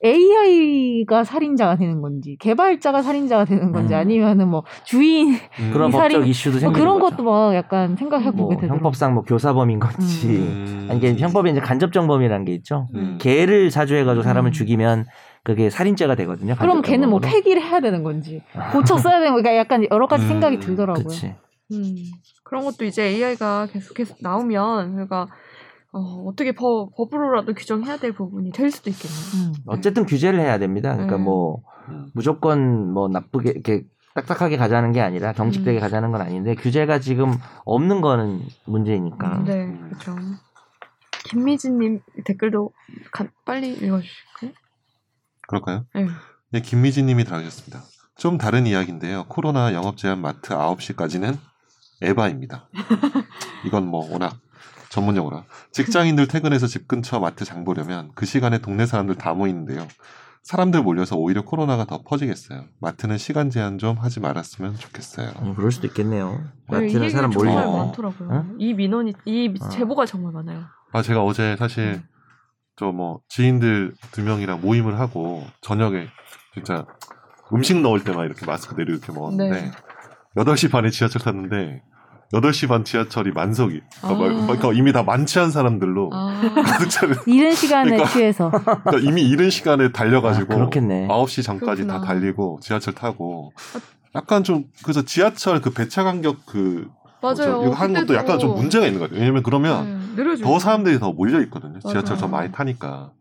S4: AI가 살인자가 되는 건지 개발자가 살인자가 되는 건지
S2: 음.
S4: 아니면은 뭐 주인
S3: 음.
S2: 그런
S4: 이
S2: 법적
S4: 살인-
S2: 이슈도
S4: 뭐
S2: 생기는
S4: 그런
S2: 거죠.
S4: 것도 막 약간 생각해 보게
S2: 뭐
S4: 되더라고요.
S2: 형법상 뭐 교사범인 건지
S3: 음.
S2: 아니, 이게 형법에 이제 간접정범이라는 게 있죠.
S3: 음.
S2: 개를 사주해가지고 사람을
S4: 음.
S2: 죽이면 그게 살인죄가 되거든요.
S4: 그럼 걔는 뭐
S2: 간접정범으로.
S4: 폐기를 해야 되는 건지 고쳐 써야 되는 건지 그러니까 약간 여러 가지
S3: 음,
S4: 생각이 들더라고요.
S2: 그치.
S1: 음. 그런 것도 이제 AI가 계속 계속 나오면 그러니까 어, 어떻게 법 법으로라도 규정해야 될 부분이 될 수도 있겠네요.
S4: 음.
S2: 어쨌든 규제를 해야 됩니다. 그러니까
S1: 음.
S2: 뭐
S3: 음.
S2: 무조건 뭐 나쁘게 이렇게 딱딱하게 가자는 게 아니라 경직되게
S1: 음.
S2: 가자는 건 아닌데 규제가 지금 없는 거는
S4: 음,
S2: 문제이니까.
S1: 네, 그렇죠. 김미진님 댓글도 가- 빨리
S3: 네,
S1: 읽어주실까요?
S3: 그럴까요?
S1: 네.
S3: 네, 김미진 님이 달아주셨습니다. 좀 다른 이야기인데요. 코로나 영업 제한 마트 9시까지는 에바입니다. 이건 뭐 워낙 전문 용어라. 직장인들 퇴근해서 집 근처 마트 장 보려면 그 시간에 동네 사람들 다 모이는데요. 사람들 몰려서 오히려 코로나가 더 퍼지겠어요. 마트는 시간 제한 좀 하지 말았으면 좋겠어요.
S2: 음, 그럴 수도 있겠네요.
S1: 이 얘기가
S2: 마트는 사람
S1: 정말
S2: 몰려.
S3: 몰리고.
S1: 많더라고요.
S2: 응?
S1: 이 민원이 이
S2: 어.
S1: 제보가 정말 많아요.
S3: 아 제가 어제
S1: 음.
S3: 사실 저 뭐 지인들 두 명이랑 모임을 하고 저녁에 진짜 음식 넣을 때만 이렇게 마스크 내리고 이렇게
S1: 네.
S3: 먹었는데 여덟 시 반에 지하철 탔는데 8시 반 지하철이 만석이
S1: 아.
S3: 그러니까, 막- 그러니까 이미 다 만취한 사람들로
S1: 아,
S3: 가득 차는
S4: 이른 시간에
S3: 그러니까-
S4: 취해서
S3: 그러니까 이미 이른 시간에 달려가지고
S2: 아, 그렇겠네.
S3: 9시 전까지
S1: 그렇구나.
S3: 다
S1: 아.
S3: 달리고 지하철 타고 약간 좀 그래서 지하철 그 배차 간격 그
S1: 맞아요. 네,
S3: 이거 하는 것도 약간 좀 문제가 있는 것 같아요 왜냐면 그러면
S1: 늘어져.
S3: 더 사람들이 더 몰려 있거든요.
S1: 음. 맞아요.
S3: 지하철 더 많이 타니까.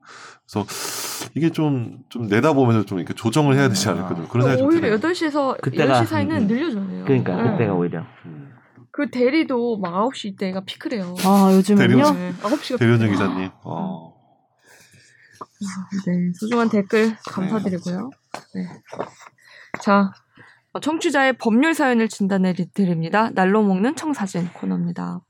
S3: 그래서 이게 좀, 좀 내다보면서 좀 이렇게 조정을 해야 되지 않을까. 좀 그런 생각이
S1: 음.
S3: 좀
S1: 오히려
S3: 들어요.
S1: 8시에서
S2: 그때가-
S1: 10시 사이는
S3: 음, 음.
S1: 늘려줘야 돼요.
S2: 그러니까
S1: 네.
S2: 그때가 오히려.
S3: 음.
S1: 그 대리도 막 9시 이때가 피크래요.
S4: 아 요즘은요.
S3: 데리고-
S1: 네, 9시가
S3: 대련정 기자님. 어.
S1: 네, 소중한 댓글 감사드리고요. 네. 자, 어, 청취자의 법률 사연을 진단해 드립니다. 날로 먹는 청사진 코너입니다.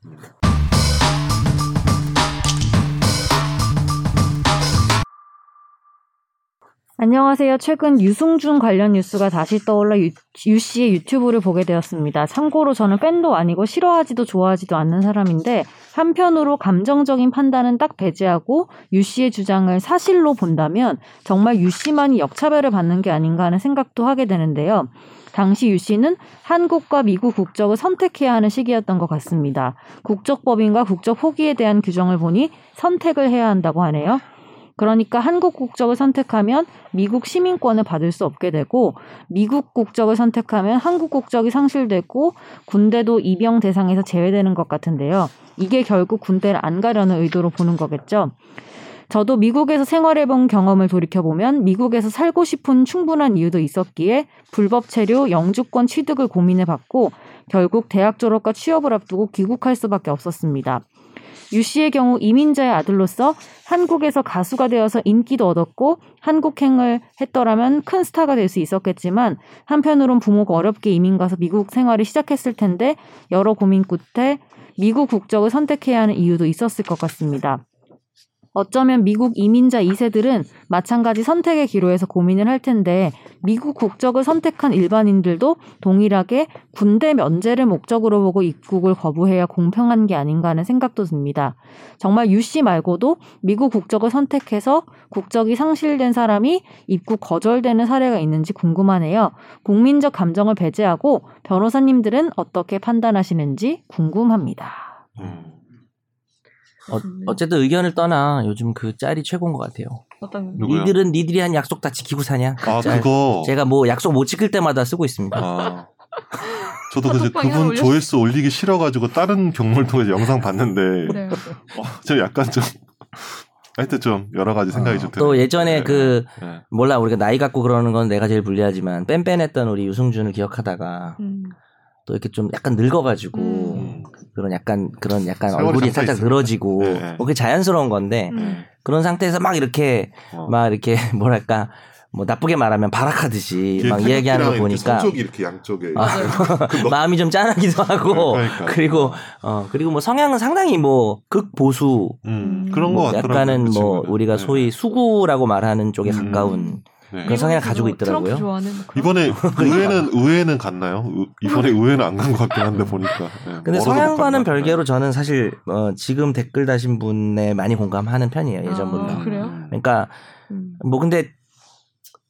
S4: 안녕하세요. 최근 유승준 관련 뉴스가 다시 떠올라 유, 유 씨의 유튜브를 보게 되었습니다. 참고로 저는 팬도 아니고 싫어하지도 좋아하지도 않는 사람인데 한편으로 감정적인 판단은 딱 배제하고 유 씨의 주장을 사실로 본다면 정말 유 씨만이 역차별을 받는 게 아닌가 하는 생각도 하게 되는데요. 당시 유 씨는 한국과 미국 국적을 선택해야 하는 시기였던 것 같습니다. 국적 법인과 국적 포기에 대한 규정을 보니 선택을 해야 한다고 하네요. 그러니까 한국 국적을 선택하면 미국 시민권을 받을 수 없게 되고 미국 국적을 선택하면 한국 국적이 상실되고 군대도 입영 대상에서 제외되는 것 같은데요. 이게 결국 군대를 안 가려는 의도로 보는 거겠죠. 저도 미국에서 생활해본 경험을 돌이켜보면 미국에서 살고 싶은 충분한 이유도 있었기에 불법 체류, 영주권 취득을 고민해봤고 결국 대학 졸업과 취업을 앞두고 귀국할 수밖에 없었습니다. 유 씨의 경우 이민자의 아들로서 한국에서 가수가 되어서 인기도 얻었고 한국행을 했더라면 큰 스타가 될 수 있었겠지만 한편으론 부모가 어렵게 이민 가서 미국 생활을 시작했을 텐데 여러 고민 끝에 미국 국적을 선택해야 하는 이유도 있었을 것 같습니다. 어쩌면 미국 이민자 2세들은 마찬가지 선택의 기로에서 고민을 할 텐데 미국 국적을 선택한 일반인들도 동일하게 군대 면제를 목적으로 보고 입국을 거부해야 공평한 게 아닌가 하는 생각도 듭니다. 정말 유 씨 말고도 미국 국적을 선택해서 국적이 상실된 사람이 입국 거절되는 사례가 있는지 궁금하네요. 국민적 감정을 배제하고 변호사님들은 어떻게 판단하시는지 궁금합니다.
S3: 음.
S2: 어,
S1: 네.
S2: 어쨌든 의견을 떠나 요즘 그 짤이 최고인 것 같아요. 음.
S1: 어떤
S3: 누구요?
S2: 니들은 니들이 한 약속 다 지키고 사냐?
S3: 아
S2: 짤.
S3: 그거.
S2: 제가 뭐 약속 못 지킬 때마다 쓰고 있습니다.
S3: 아. 저도 그래서
S1: 톡방에 하나
S3: 그분
S1: 올렸어요.
S3: 조회수 올리기 싫어가지고 다른 경로를 통해서 영상 봤는데
S1: 네.
S3: 저 약간 좀 하여튼 좀 여러 가지 그 생각이
S2: 어,
S3: 좀
S2: 또
S3: 드네요.
S2: 예전에
S3: 네.
S2: 그
S3: 네.
S2: 몰라 우리가 나이 갖고 그러는 건 내가 제일 불리하지만 뺀뺀했던 우리 유승준을 기억하다가
S1: 음.
S2: 또 이렇게 좀 약간 늙어가지고
S1: 음.
S2: 그런 약간 그런 약간
S3: 세월이
S2: 얼굴이
S3: 잠겨
S2: 살짝
S3: 있으니까.
S2: 늘어지고
S3: 네, 네.
S2: 뭐 그게 자연스러운 건데
S1: 음.
S2: 그런 상태에서 막 이렇게
S3: 어.
S2: 막 이렇게 뭐랄까 뭐 나쁘게 말하면 발악하듯이
S3: 이게
S2: 막 얘기하는 거
S3: 태극기랑 이렇게
S2: 보니까 아,
S3: 성쪽이 이렇게 양쪽에 그 너-
S2: 마음이 좀 짠하기도 하고
S3: 그러니까.
S2: 그리고 어 그리고 뭐 성향은 상당히 뭐 극보수
S3: 음, 그런
S2: 뭐
S3: 것 같더라고요.
S2: 약간은
S3: 그
S2: 뭐
S3: 친구는.
S2: 우리가
S3: 네.
S2: 소위 수구라고 말하는 쪽에
S3: 음.
S2: 가까운
S3: 네.
S2: 그런 성향을
S1: 미국에서도
S2: 가지고 있더라고요.
S1: 트럼프 좋아하는 그런-
S3: 이번에 의회는 의회는 갔나요? 의- 이번에 의회는 안 간 것 같긴 한데 보니까. 네,
S2: 근데
S3: 멀어서
S2: 성향과는
S3: 못 갔나?
S2: 별개로 저는 사실 어, 지금 댓글 다신 분에 많이 공감하는 편이에요 예전보다.
S1: 아, 그래요?
S2: 그러니까
S1: 음.
S2: 뭐 근데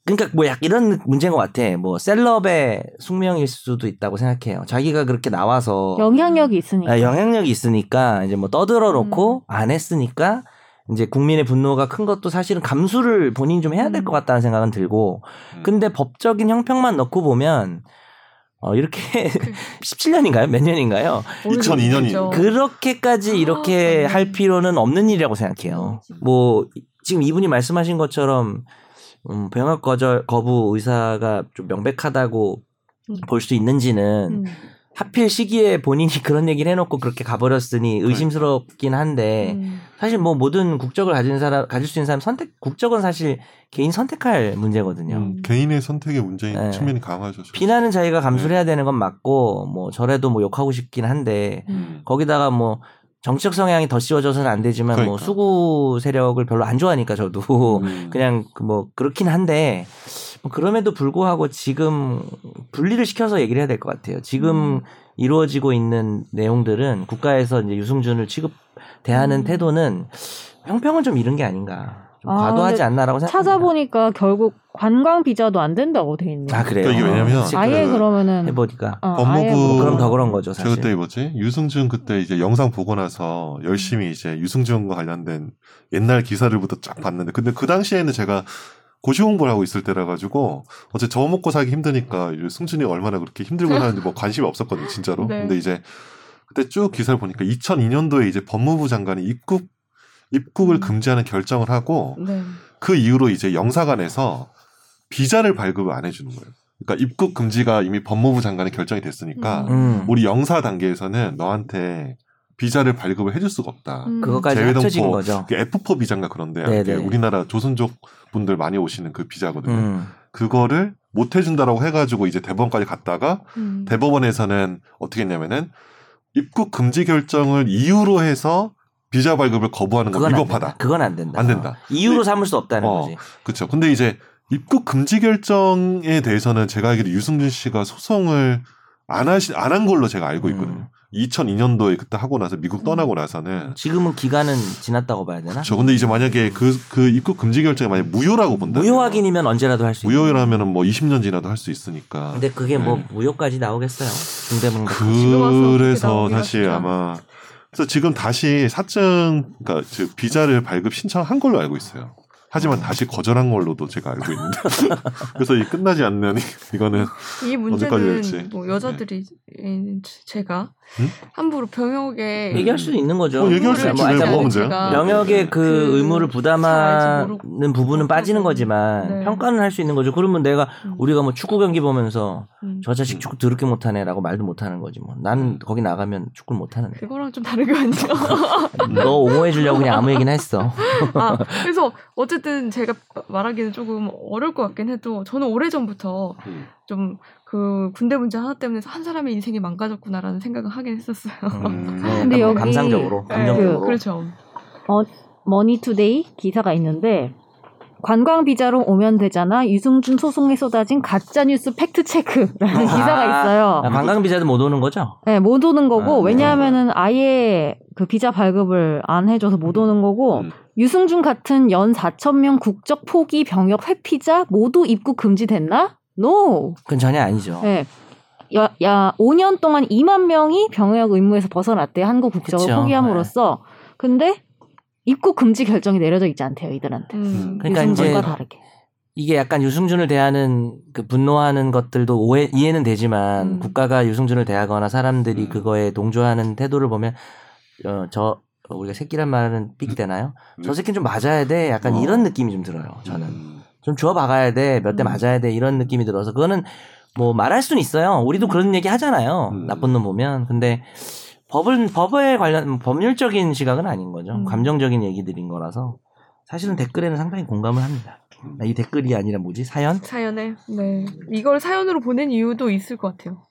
S2: 그러니까 뭐 약 이런 문제인 것 같아. 뭐 셀럽의 숙명일 수도 있다고 생각해요. 자기가 그렇게 나와서
S4: 영향력이 있으니까.
S2: 어. 아, 영향력이 있으니까 이제 뭐 떠들어 놓고 안 했으니까 이제 국민의 분노가 큰 것도 사실은 감수를 본인 이좀 해야 될 것 같다는 생각은 들고
S3: 음.
S2: 근데 법적인 형평만 넣고 보면 어 이렇게 17년인가요? 몇 년인가요?
S3: 2002년 이-
S1: 모르겠죠.
S2: 그렇게까지 이렇게
S1: 맞네.
S2: 할 필요는 없는 일이라고 생각해요. 뭐 지금 이분이 말씀하신 것처럼 음, 병역 거절 거부 의사가 좀 명백하다고
S1: 음.
S2: 볼 수 있는지는
S1: 음.
S2: 하필 시기에 본인이 그런 얘기를 해놓고 그렇게 가버렸으니
S3: 네.
S2: 의심스럽긴 한데
S1: 음.
S2: 사실 뭐 모든 국적을 가진 사람 가질 수 있는 사람 선택 국적은 사실 개인 선택할 문제거든요.
S3: 음, 개인의 선택의 문제인
S2: 네.
S3: 측면이 강하죠. 저는.
S2: 비난은 자기가
S3: 네.
S2: 감수해야 를 되는 건 맞고 뭐 저래도 뭐 욕하고 싶긴 한데
S3: 음.
S2: 거기다가 뭐 정치적 성향이 더 씌워져서는 안 되지만 뭐
S3: 그러니까.
S2: 수구 세력을 별로 안 좋아하니까 저도
S3: 음.
S2: 그냥 그뭐 그렇긴 한데 뭐 그럼에도 불구하고 지금 분리를 시켜서 얘기를 해야 될 것 같아요. 지금
S1: 음.
S2: 이루어지고 있는 내용들은 국가에서 이제 유승준을 취급 대하는
S1: 음.
S2: 태도는 형평은 좀 이른 게 아닌가. 좀
S4: 아,
S2: 과도하지
S4: 근데
S2: 않나라고 생각.
S4: 찾아보니까 결국 관광 비자도 안 된다고 돼 있네.
S2: 아
S4: 요
S2: 그래요.
S3: 그러니까 이게 왜냐면
S2: 사실
S4: 아예
S2: 그
S4: 그러면은
S2: 해보니까 뭐
S4: 어,
S3: 법무부-
S4: 아예 그러면-
S2: 그럼 더 그런 거죠.
S3: 제가
S2: 사실.
S3: 그때 뭐지 유승준 그때 이제 영상 보고 나서
S1: 음.
S3: 열심히 이제 유승준과 관련된 옛날 기사를부터 쫙 봤는데 근데 그 당시에는 제가 고시 공부를 하고 있을 때라 가지고 어제 저어 먹고 살기 힘드니까 이제 승준이 얼마나 그렇게 힘들고 사는지 뭐 관심이 없었거든요 진짜로
S1: 네.
S3: 근데 이제 그때 쭉 기사를 보니까 2002년도에 이제 법무부 장관이 입국 입국을
S1: 음.
S3: 금지하는 결정을 하고
S1: 네.
S3: 그 이후로 이제 영사관에서 비자를 발급을 안 해주는 거예요. 그러니까 입국 금지가 이미 법무부 장관의 결정이 됐으니까
S1: 음.
S2: 음.
S3: 우리 영사 단계에서는 너한테 비자를 발급을 해줄 수가 없다.
S1: 음.
S2: 그거까지
S3: 제외동포
S2: 합쳐진 거죠.
S3: 그 F4 비자인가 그런데
S2: 네네.
S3: 이게 우리나라 조선족 분들 많이 오시는 그 비자거든요.
S2: 음.
S3: 그거를 못 해준다라고 해가지고 이제 대법원까지 갔다가
S1: 음.
S3: 대법원에서는 어떻게 했냐면은 입국 금지 결정을 이유로 해서 비자 발급을 거부하는 건
S2: 그건 안 된다.
S3: 위법하다.
S2: 그건 안 된다.
S3: 안 된다.
S2: 이유로 삼을 수 없다는
S3: 어.
S2: 거지.
S3: 그렇죠. 근데 이제 입국 금지 결정에 대해서는 제가 알기로 유승준 씨가 소송을 안 하시 안 한 걸로 제가
S2: 음.
S3: 알고 있거든요. 2002년도에 그때 하고 나서
S1: 음.
S3: 미국 떠나고 나서는
S2: 음. 지금은 기간은 지났다고 봐야 되나?
S3: 그렇죠. 근데 이제 만약에 그 그 입국 금지 결정이 만약 무효라고 본다.
S2: 무효 확인이면 언제라도 할 수 있는.
S3: 뭐 무효라면은 뭐 20년 지나도 할 수 있으니까.
S2: 근데 그게 뭐
S3: 네.
S2: 무효까지 나오겠어요. 중대문
S3: 그
S1: 지금 와서 어떻게
S3: 그래서
S1: 나오기가
S3: 사실
S1: 쉽지 않아.
S3: 아마 그래서 지금 다시 사증 그러니까 즉 비자를 발급 신청한 걸로 알고 있어요. 하지만 다시 거절한 걸로도 제가 알고 있는데 그래서 이 끝나지 않는 이- 이거는
S1: 이
S3: 어디까지
S1: 문제는
S3: 될지. 네.
S1: 뭐 여자들이 인- 제가
S3: 음?
S1: 함부로 병역에
S2: 얘기할 수도 있는 거죠.
S3: 어, 얘기할 수
S2: 뭐,
S3: 있죠. 왜
S2: 아니,
S3: 뭐가
S1: 뭐
S2: 뭐
S3: 문제야?
S1: 제가-
S2: 영역의 그,
S1: 그
S2: 의무를
S1: 잘 알지
S2: 부담하는 부분은 빠지는 거지만
S1: 네.
S2: 평가는 할 수 있는 거죠. 그러면 내가
S1: 음.
S2: 우리가 뭐 축구 경기 보면서
S1: 음.
S2: 저 자식 축구 더럽게 못하네라고 말도 못하는 거지 뭐.
S3: 음.
S2: 나는 거기 나가면 축구를 못하는데.
S1: 그거랑 좀 다른 거 아니에요?
S3: 음.
S2: 너 옹호해 주려고 그냥 아무 얘기나 했어.
S1: 아, 그래서 어쨌든 제가 말하기는 조금 어려울 것 같긴 해도 저는 오래전부터
S3: 음.
S1: 좀 그 군대 문제 하나 때문에 한 사람의 인생이 망가졌구나라는 생각을 하긴 했었어요.
S2: 음,
S4: 근데
S2: 뭐
S4: 여기
S2: 감상적으로, 감정적으로.
S1: 네, 그렇죠.
S4: 머니투데이 기사가 있는데 관광 비자로 오면 되잖아 유승준 소송에 쏟아진 가짜 뉴스 팩트 체크라는 기사가 있어요.
S2: 아, 관광 비자도 못 오는 거죠?
S4: 네, 못 오는 거고
S2: 아, 네.
S4: 왜냐하면은 아예 그 비자 발급을 안 해줘서 못 오는 거고
S3: 음.
S4: 유승준 같은 연 4천 명 국적 포기 병역 회피자 모두 입국 금지됐나? No.
S2: 그건 전혀 아니죠.
S4: 네. 야, 야, 5년 동안 2만 명이 병역 의무에서 벗어났대 한국 국적을
S2: 그쵸. 네.
S4: 포기함으로써. 근데 입국 금지 결정이 내려져 있지 않대요 이들한테.
S1: 음.
S2: 그러니까
S4: 유승준과
S2: 이제
S4: 다르게.
S2: 이게 약간 유승준을 대하는 그 분노하는 것들도 오해, 이해는 되지만
S1: 음.
S2: 국가가 유승준을 대하거나 사람들이
S3: 음.
S2: 그거에 동조하는 태도를 보면 어, 저 어, 우리가 새끼란 말은 삑 되나요? 저
S3: 네.
S2: 새끼는 좀 맞아야 돼. 약간
S3: 어.
S2: 이런 느낌이 좀 들어요. 저는
S3: 음.
S2: 좀 주워 박아야 돼. 몇 대
S1: 음.
S2: 맞아야 돼. 이런 느낌이 들어서 그거는 뭐 말할 수는 있어요. 우리도 그런 얘기 하잖아요.
S3: 음.
S2: 나쁜 놈 보면 근데 법은 법에 관련 법률적인 시각은 아닌 거죠.
S1: 음.
S2: 감정적인 얘기들인 거라서 사실은 댓글에는 상당히 공감을 합니다.
S3: 음.
S2: 이 댓글이 아니라 뭐지 사연?
S1: 사연에 네 이걸 사연으로 보낸 이유도 있을 것 같아요.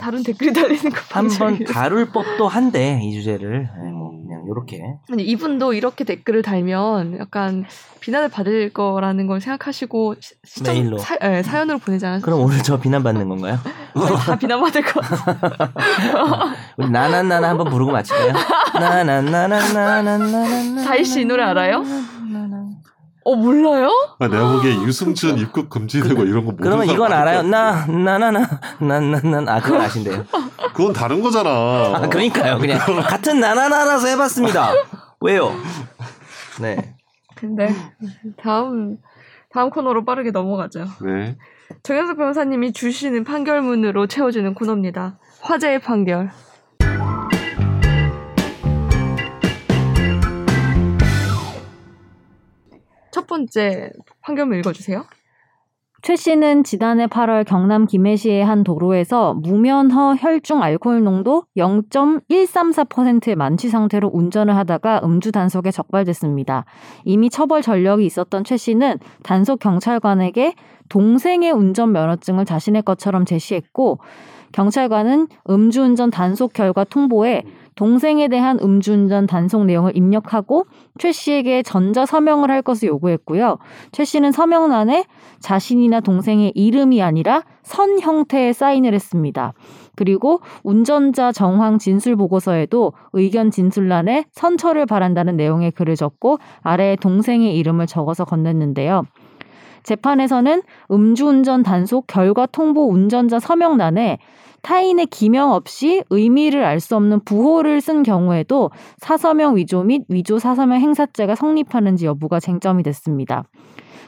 S1: 다른 댓글이 달리는 거
S2: 음. 한번
S1: 보자면.
S2: 다룰 법도 한데 이 주제를 네, 뭐 그냥 요렇게
S1: 아니, 이분도 이렇게 댓글을 달면 약간 비난을 받을 거라는 걸 생각하시고 시, 시청
S2: 메일로.
S1: 사, 예, 사연으로 보내지 않았어요.
S2: 그럼 오늘 저 비난받는 건가요?
S1: 다 비난받을 것 같아요.
S2: 우리 나나나나 한번 부르고 마칠까요? 나나나나나나나나
S1: 다희 씨이 노래 알아요? 어 몰라요?
S3: 아, 내가 보기에 유승준 입국 금지되고 이런 거 모든
S2: 그러면
S3: 사람
S2: 이건
S3: 아는
S2: 알아요?
S3: 것
S2: 나 나나나 나나나 아 그건 아신대요.
S3: 같아. 그건 다른 거잖아.
S2: 아 그러니까요. 그냥 같은 나나나라서 해봤습니다. 왜요? 네.
S1: 근데 다음 다음 코너로 빠르게 넘어가죠.
S2: 그
S3: 네.
S1: 정현석 변호사님이 주시는 판결문으로 채워주는 코너입니다. 화제의 판결. 첫 번째 판결문 읽어주세요.
S4: 최 씨는 지난해 8월 경남 김해시의 한 도로에서 무면허 혈중 알코올 농도 0.134%의 만취 상태로 운전을 하다가 음주 단속에 적발됐습니다. 이미 처벌 전력이 있었던 최 씨는 단속 경찰관에게 동생의 운전 면허증을 자신의 것처럼 제시했고 경찰관은 음주운전 단속 결과 통보에 동생에 대한 음주운전 단속 내용을 입력하고 최 씨에게 전자 서명을 할 것을 요구했고요. 최 씨는 서명란에 자신이나 동생의 이름이 아니라 선 형태의 사인을 했습니다. 그리고 운전자 정황 진술 보고서에도 의견 진술란에 선처를 바란다는 내용의 글을 적고 아래에 동생의 이름을 적어서 건넸는데요. 재판에서는 음주운전 단속 결과 통보 운전자 서명란에 타인의 기명 없이 의미를 알 수 없는 부호를 쓴 경우에도 사서명 위조 및 위조 사서명 행사죄가 성립하는지 여부가 쟁점이 됐습니다.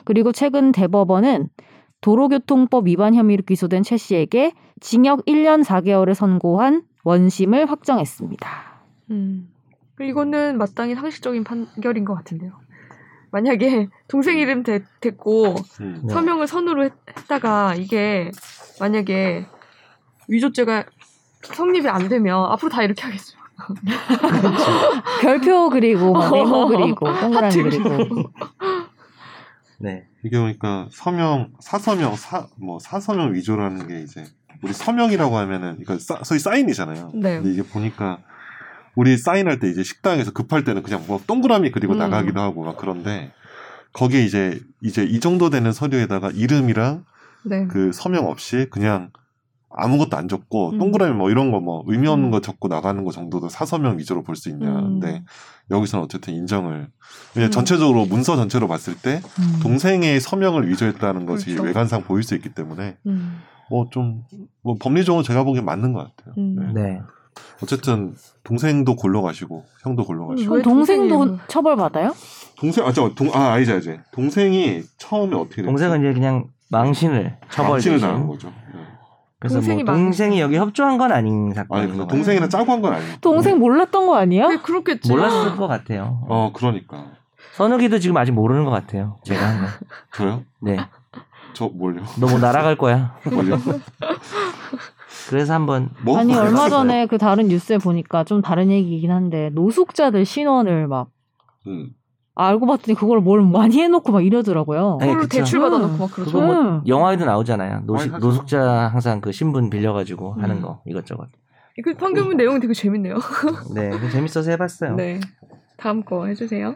S4: 그리고 최근 대법원은 도로교통법 위반 혐의로 기소된 최 씨에게 징역 1년 4개월을 선고한 원심을 확정했습니다.
S1: 음. 이거는 마땅히 상식적인 판결인 것 같은데요. 만약에 동생 이름 대, 됐고
S3: 음.
S2: 네.
S1: 서명을 선으로 했, 다가 이게 만약에 위조죄가 성립이 안 되면 앞으로 다 이렇게 하겠죠.
S4: 별표 그리고 막 네모 그리고 동그라미
S1: 하트
S4: 그리고
S2: 네.
S3: 이게 그러니까 서명, 사서명, 사, 뭐 사서명 위조라는 게 이제 우리 서명이라고 하면은 그러니까 사- 소위 사인이잖아요.
S1: 네.
S3: 근데 이게 보니까 우리 사인할 때 이제 식당에서 급할 때는 그냥 뭐 동그라미 그리고
S1: 음.
S3: 나가기도 하고 막 그런데 거기에 이제 이제 이 정도 되는 서류에다가 이름이랑
S1: 네.
S3: 그 서명 없이 그냥 아무것도 안 적고
S1: 음.
S3: 동그라미 뭐 이런 거 뭐 의미 없는
S1: 음.
S3: 거 적고 나가는 거 정도도 사서명 위조로 볼 수 있냐.
S1: 음.
S3: 근데 여기서는 어쨌든 인정을 왜냐
S1: 음.
S3: 전체적으로 문서 전체로 봤을 때 동생의 서명을 위조했다는 것이
S1: 그렇죠.
S3: 외관상 보일 수 있기 때문에
S1: 음.
S3: 뭐 좀 뭐 법리적으로 제가 보기엔 맞는 것 같아요.
S1: 음.
S3: 네.
S2: 네.
S3: 어쨌든 동생도 골로 가시고 형도 골로 가시고
S1: 왜
S4: 그럼 동생도
S1: 동생이에요?
S4: 처벌받아요?
S3: 동생 아저 동 아 알지 알지 동생이 처음에 어떻게 됐지?
S2: 동생은 이제 그냥 망신을 처벌
S3: 망신을
S2: 대신.
S3: 당한 거죠. 예.
S2: 그래서 동생이
S1: 동생이
S2: 뭐 동생이
S1: 망신.
S2: 여기 협조한 건 아닌
S3: 아니
S2: 사건인
S3: 근데
S2: 것
S3: 동생이랑 짜고 한 건 아니에요.
S4: 동생 몰랐던 거 아니야?
S1: 네, 그렇겠지.
S2: 같아요. 몰랐을 것 같아요.
S3: 어 그러니까
S2: 선욱이도 지금 아직 모르는 것 같아요. 제가 한 거.
S3: 저요?
S2: 네,
S3: 저 뭘요?
S2: 너 뭐 날아갈 거야.
S3: 뭘요?
S2: 그래서 한번
S3: 뭐?
S4: 아니 얼마 전에 그 다른 뉴스에 보니까 좀 다른 얘기이긴 한데 노숙자들 신원을 막
S3: 음.
S4: 알고 봤더니 그걸 뭘 많이 해놓고 막 이러더라고요.
S2: 아니,
S1: 그걸로
S2: 네, 그쵸.
S1: 대출 받아놓고 막
S4: 음.
S1: 그러죠.
S2: 그거 뭐 영화에도 나오잖아요. 노
S3: 아니, 사실-
S2: 노숙자 항상 그 신분 빌려가지고 하는
S4: 음.
S2: 거 이것저것.
S1: 이거 판결문 내용이 되게 재밌네요.
S2: 네, 그거 재밌어서 해봤어요.
S1: 네. 다음 거 해주세요.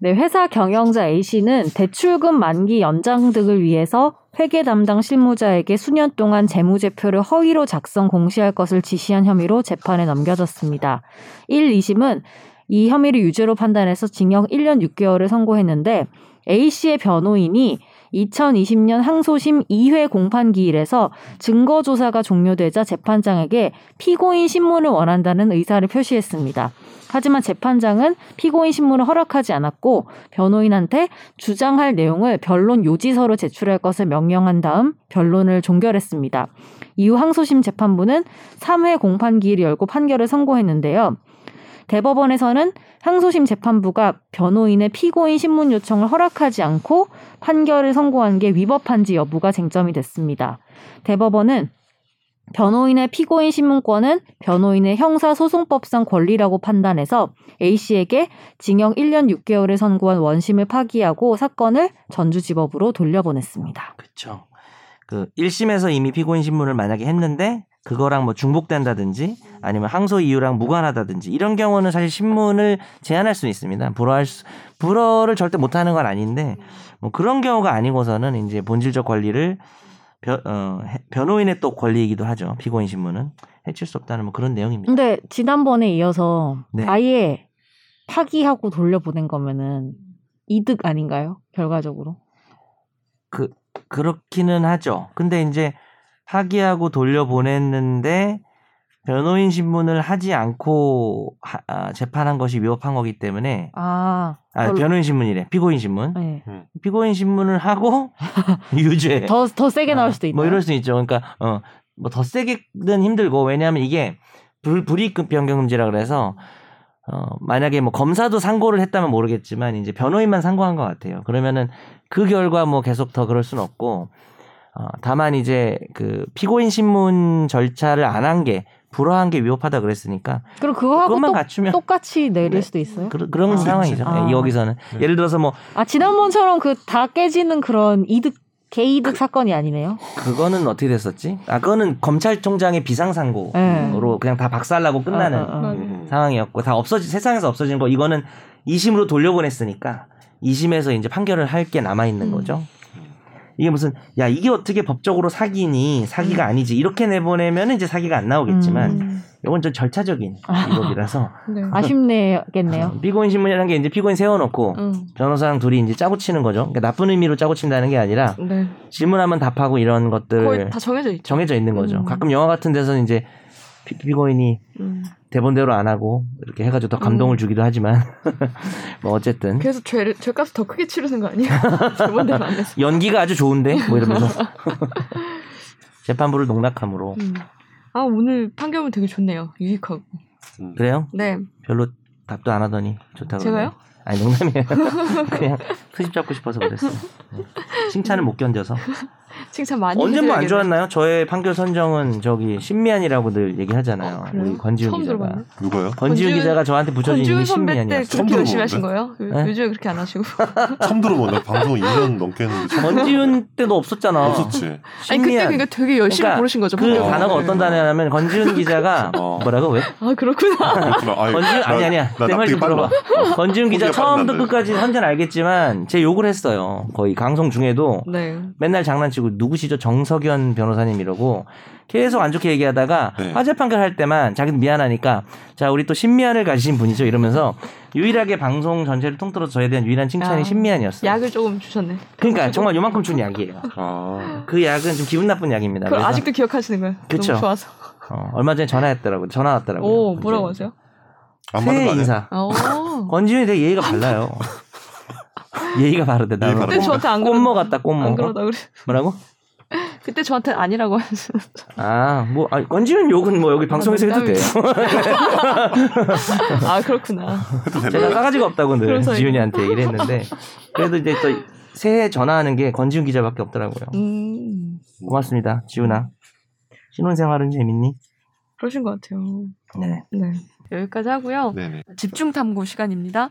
S4: 네, 회사 경영자 A씨는 대출금 만기 연장 등을 위해서 회계 담당 실무자에게 수년 동안 재무제표를 허위로 작성 공시할 것을 지시한 혐의로 재판에 넘겨졌습니다. 1, 2심은 이 혐의를 유죄로 판단해서 징역 1년 6개월을 선고했는데 A씨의 변호인이 2020년 항소심 2회 공판 기일에서 증거조사가 종료되자 재판장에게 피고인 신문을 원한다는 의사를 표시했습니다. 하지만 재판장은 피고인 신문을 허락하지 않았고 변호인한테 주장할 내용을 변론 요지서로 제출할 것을 명령한 다음 변론을 종결했습니다. 이후 항소심 재판부는 3회 공판 기일을 열고 판결을 선고했는데요. 대법원에서는 항소심 재판부가 변호인의 피고인 신문 요청을 허락하지 않고 판결을 선고한 게 위법한지 여부가 쟁점이 됐습니다. 대법원은 변호인의 피고인 신문권은 변호인의 형사소송법상 권리라고 판단해서 A씨에게 징역 1년 6개월을 선고한 원심을 파기하고 사건을 전주지법으로 돌려보냈습니다.
S2: 그렇죠. 그 1심에서 이미 피고인 신문을 만약에 했는데 그거랑 뭐 중복된다든지 아니면 항소 이유랑 무관하다든지 이런 경우는 사실 신문을 제한할 수 있습니다. 불허할 수, 불허를 절대 못 하는 건 아닌데 뭐 그런 경우가 아니고서는 이제 본질적 권리를 변, 어, 해- 변호인의 또 권리이기도 하죠. 피고인 신문은 해칠 수 없다는 뭐 그런 내용입니다.
S4: 근데 지난번에 이어서
S2: 네.
S4: 아예 파기하고 돌려보낸 거면은 이득 아닌가요? 결과적으로.
S2: 그렇기는 하죠. 근데 이제 파기하고 돌려보냈는데 변호인 신문을 하지 않고 하- 아, 재판한 것이 위법한 거기 때문에
S4: 아,
S2: 아,
S4: 별로-
S2: 변호인 신문이래. 피고인 신문.
S4: 네.
S2: 피고인 신문을 하고 유죄.
S4: 더, 더 세게 나올 수도
S2: 네. 아,
S4: 있다.
S2: 뭐 이럴 수 있죠. 그러니까 어, 뭐 더 세게는 힘들고 왜냐하면 이게 불, 불이익급 변경금지라 그래서 어, 만약에 뭐 검사도 상고를 했다면 모르겠지만 이제 변호인만 상고한 것 같아요. 그러면은 그 결과 뭐 계속 더 그럴 순 없고 어, 다만 이제 그 피고인 신문 절차를 안 한 게 불허한 게 위법하다 그랬으니까
S4: 그리고 아, 그거하고
S2: 그것만
S4: 똑,
S2: 갖추면
S4: 똑같이 내릴
S2: 네.
S4: 수도 있어요?
S2: 그, 런
S4: 아.
S2: 상황이죠.
S4: 아.
S2: 예, 여기서는
S3: 네.
S2: 예를 들어서 뭐
S4: 아, 지난번처럼 그 다 깨지는 그런 이득, 개이득
S2: 그
S4: 사건이 아니네요.
S2: 그거는 어떻게 됐었지? 아 그거는 검찰총장의 비상상고로
S4: 네.
S2: 그냥 다 박살나고 끝나는
S4: 어, 어, 어.
S3: 음.
S2: 상황이었고 다 없어지 세상에서 없어진 거 이거는 2심으로 돌려보냈으니까 2심에서 이제 판결을 할 게 남아 있는
S1: 음.
S2: 거죠. 이게 무슨 야 이게 어떻게 법적으로 사기니 사기가 아니지 이렇게 내보내면 이제 사기가 안 나오겠지만
S1: 음.
S2: 이건 좀 절차적인 이법이라서
S1: 네.
S4: 아쉽네겠네요.
S2: 피고인 신문이라는 게 이제 피고인 세워놓고
S1: 음.
S2: 변호사랑 둘이 이제 짜고 치는 거죠. 그러니까 나쁜 의미로 짜고 친다는 게 아니라
S1: 네.
S2: 질문하면 답하고 이런 것들
S1: 거의 다 정해져 있죠.
S2: 정해져 있는 거죠.
S1: 음.
S2: 가끔 영화 같은 데서는 이제 피- 피고인이
S1: 음.
S2: 대본대로 안 하고 이렇게 해가지고 더 감동을
S1: 음.
S2: 주기도 하지만 뭐 어쨌든
S1: 그래서 죄를 죄값을 더 크게 치르는 거 아니에요? 저번대로 안 해서.
S2: 연기가 아주 좋은데 뭐 이러면서 재판부를 농락함으로
S1: 음. 아 오늘 판결문 되게 좋네요. 유익하고.
S3: 음.
S2: 그래요?
S1: 네.
S2: 별로 답도 안 하더니 좋다고
S1: 제가요?
S2: 아니 농담이에요. 그냥 수십 잡고 싶어서 그랬어요. 네. 칭찬을 못 견뎌서
S1: 칭찬 많이.
S2: 언제 뭐 안 좋았나요?
S1: 해드려야겠네요.
S2: 저의 판결 선정은 저기 신미안이라고 늘 얘기하잖아요.
S1: 어, 그래요?
S2: 우리 권지훈
S1: 처음
S2: 기자가
S1: 들어봤네.
S3: 누가요?
S2: 권지훈
S1: 권지훈-
S2: 기자가 저한테 붙여준
S1: 권지훈
S2: 이름이
S1: 선배 때
S2: 신미안이었어요.
S1: 그렇게
S3: 처음
S1: 열심히
S3: 들어보는데?
S1: 하신 거예요? 요-
S2: 네?
S1: 요즘에 그렇게 안 하시고.
S3: 처음 들어본 나 방송 2년 넘게 했는데 어. 처음
S2: 권지훈 때도 없었잖아.
S3: 없었지.
S1: 그 아니 그때
S2: 신미안.
S1: 그러니까 되게 열심히
S2: 그러니까
S1: 고르신 거죠.
S2: 그
S1: 판결문을.
S2: 단어가 어떤 단어냐면 권지훈 기자가
S3: 어.
S2: 뭐라고 왜?
S1: 아 그렇구나.
S3: 그렇구나. 아이,
S2: 권지훈
S3: 나-
S2: 아니 아니야.
S3: 나
S2: 내 말 좀
S3: 납득이 빨라.
S2: 들어봐. 권지훈 기자
S3: 포기가
S2: 처음부터
S3: 빠르다,
S2: 끝까지 선전 알겠지만 제 욕을 했어요. 거의 방송 중에도
S1: 네.
S2: 맨날 장난치고 누구시죠 정석현 변호사님 이러고 계속 안 좋게 얘기하다가
S3: 네.
S2: 화재 판결할 때만 자기도 미안하니까 자 우리 또 신미안을 가지신 분이죠 이러면서 유일하게 방송 전체를 통틀어서 저에 대한 유일한 칭찬이
S1: 아,
S2: 신미안이었어요.
S1: 약을 조금 주셨네.
S2: 그러니까 정말 요만큼 준 약이에요.
S3: 아,
S2: 그 약은 좀 기분 나쁜 약입니다.
S1: 그걸
S2: 그래서
S1: 아직도 기억하시는 거예요?
S2: 그쵸.
S1: 너무 좋아서.
S2: 어, 얼마 전에 전화했더라고요. 전화 왔더라고요.
S1: 오 어, 뭐라고 하세요?
S3: 안 맞는
S2: 새해
S3: 거 아니야?
S2: 인사.
S1: 아, 오.
S2: 권지훈이 되게 예의가 발라요. 예의가 바르대 나.
S3: 예의 바르다.
S1: 그때 저한테 안
S2: 꽃모
S1: 그러다
S2: 같다 꽃모.
S1: 안 그러다 그래.
S2: 뭐라고?
S1: 그때 저한테 아니라고 하셨어.
S2: 아뭐 아니, 건지는 욕은 뭐 여기 방송에서 해도 돼요.
S1: 아 그렇구나.
S3: 해도
S2: 제가
S3: 되나요?
S2: 싸가지가 없다고 늘
S1: 그래서
S2: 지윤이한테 얘기를 했는데 그래도 이제 또 새해 전화하는 게 건지훈 기자밖에 없더라고요.
S1: 음
S2: 고맙습니다, 지훈아. 신혼생활은 재밌니?
S1: 그러신 것 같아요.
S2: 네.
S1: 네 여기까지 하고요.
S3: 네네.
S1: 집중 탐구 시간입니다.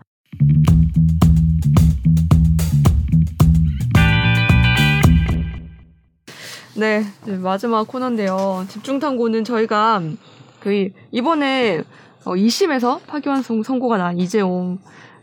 S1: 네, 이제 마지막 코너인데요. 집중 탐구는 저희가 그 이번에 2심에서 파기환송 선고가 난 이재용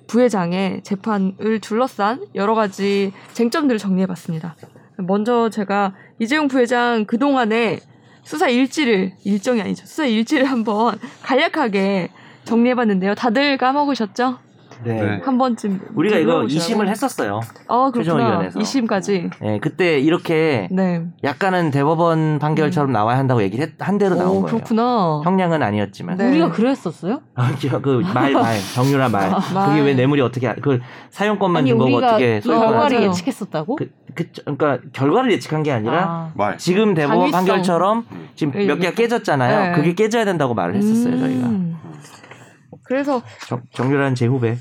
S1: 부회장의 재판을 둘러싼 여러 가지 쟁점들을 정리해봤습니다. 먼저 제가 이재용 부회장 그동안의 수사 일지를 일정이 아니죠. 수사 일지를 한번 간략하게 정리해봤는데요. 다들 까먹으셨죠?
S3: 네.
S1: 한 번쯤.
S2: 우리가 이거
S1: 들어보시라고.
S2: 2심을 했었어요.
S1: 어,
S2: 최종
S1: 그렇구나.
S2: 의견에서.
S1: 2심까지.
S2: 네, 그때 이렇게
S1: 네.
S2: 약간은 대법원 판결처럼 나와야 한다고 얘기를 했- 한 대로 나온
S1: 오,
S2: 거예요.
S1: 그렇구나.
S2: 형량은 아니었지만
S1: 네.
S4: 우리가 그랬었어요?
S2: 아, 그말말 정유라 말
S1: 말.
S2: 그게 왜 뇌물이 어떻게 알- 그걸 사용권만
S4: 아니
S2: 준 거고
S4: 우리가
S2: 뭐 어떻게
S4: 이 결과를
S1: 맞아요.
S2: 소유권을
S4: 예측했었다고?
S2: 그, 그, 그러니까 결과를 예측한 게 아니라
S4: 아.
S3: 말.
S2: 지금 대법원
S1: 당위성.
S2: 판결처럼
S3: 음.
S2: 지금 몇
S1: 네.
S2: 개가 깨졌잖아요.
S1: 네.
S2: 그게 깨져야 된다고 말을 했었어요 저희가.
S1: 음. 그래서
S2: 정, 정유라는 제 후배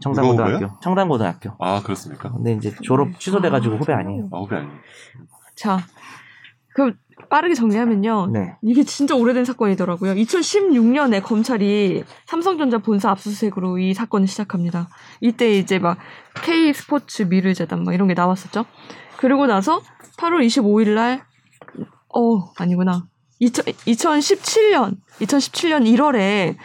S2: 청담고등학교
S3: 누가
S2: 청담고등학교.
S3: 아 그렇습니까?
S2: 근데 이제 졸업 취소돼가지고 후배 아니에요.
S3: 아 후배 아니에요.
S1: 자, 그럼 빠르게 정리하면요.
S2: 네.
S1: 이게 진짜 오래된 사건이더라고요. 2016년에 검찰이 삼성전자 본사 압수수색으로 이 사건을 시작합니다. 이때 이제 막 K 스포츠 미르 재단 막 이런 게 나왔었죠. 그리고 나서 8월 25일 날, 어, 아니구나. 2000, 2017년, 2017년 1월에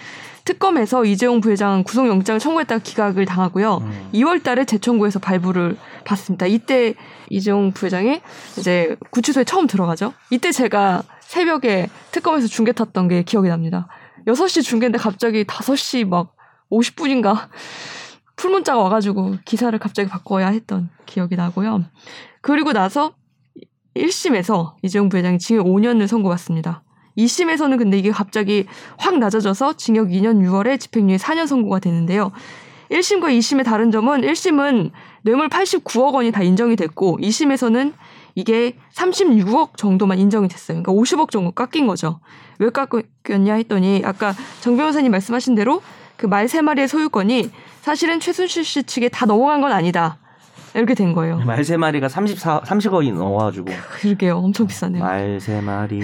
S1: 특검에서 이재용 부회장 구속영장을 청구했다가 기각을 당하고요. 2월 달에 재청구해서 발부를 받습니다. 이때 이재용 부회장이 이제 구치소에 처음 들어가죠. 이때 제가 새벽에 특검에서 중계 탔던 게 기억이 납니다. 6시 중계인데 갑자기 5시 막 50분인가 풀문자가 와가지고 기사를 갑자기 바꿔야 했던 기억이 나고요. 그리고 나서 1심에서 이재용 부회장이 징역 5년을 선고받습니다. 2심에서는 근데 이게 갑자기 확 낮아져서 징역 2년 6월에 집행유예 4년 선고가 되는데요. 1심과 2심의 다른 점은 1심은 뇌물 89억 원이 다 인정이 됐고 2심에서는 이게 36억 정도만 인정이 됐어요. 그러니까 50억 정도 깎인 거죠. 왜 깎였냐 했더니 아까 정 변호사님 말씀하신 대로 그 말 세 마리의 소유권이 사실은 최순실 씨 측에 다 넘어간 건 아니다. 이렇게 된 거예요.
S2: 말 세 마리가 34 30억이 넘어가지고
S1: 그러게요. 엄청 비싸네요. 그
S2: 말 세 마리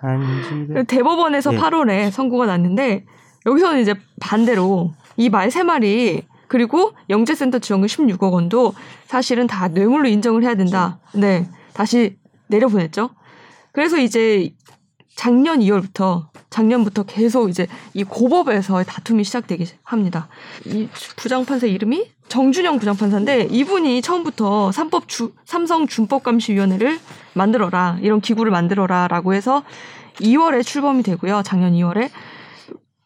S2: 한 집에
S1: 대법원에서
S2: 예.
S1: 8월에 선고가 났는데 여기서는 이제 반대로 이 말 세 마리 그리고 영재센터 지원금 16억 원도 사실은 다 뇌물로 인정을 해야 된다. 네, 다시 내려보냈죠. 그래서 이제 작년 2월부터 작년부터 계속 이제 이 고법에서의 다툼이 시작되기 합니다. 이 부장판사 이름이 정준영 부장판사인데 이분이 처음부터 삼법 주, 삼성 준법감시위원회를 만들어라 이런 기구를 만들어라라고 해서 2월에 출범이 되고요. 작년 2월에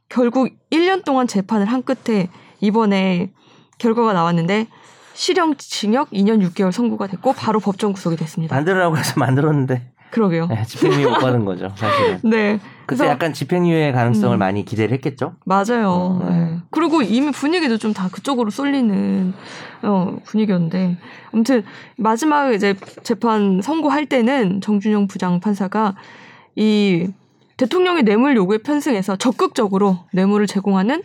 S1: 결국 1년 동안 재판을 한 끝에 이번에 결과가 나왔는데 실형 징역 2년 6개월 선고가 됐고 바로 법정 구속이 됐습니다.
S2: 만들으라고 해서 만들었는데
S1: 그러게요.
S2: 네, 집행유예 못 받은 거죠 사실은.
S1: 네.
S2: 그때
S1: 그래서-
S2: 약간 집행유예 가능성을
S1: 음.
S2: 많이 기대를 했겠죠.
S1: 맞아요.
S2: 어,
S1: 예.
S2: 네.
S1: 그리고 이미 분위기도 좀 다 그쪽으로 쏠리는 어, 분위기였는데 아무튼 마지막 이제 재판 선고할 때는 정준영 부장 판사가 이 대통령의 뇌물 요구에 편승해서 적극적으로 뇌물을 제공하는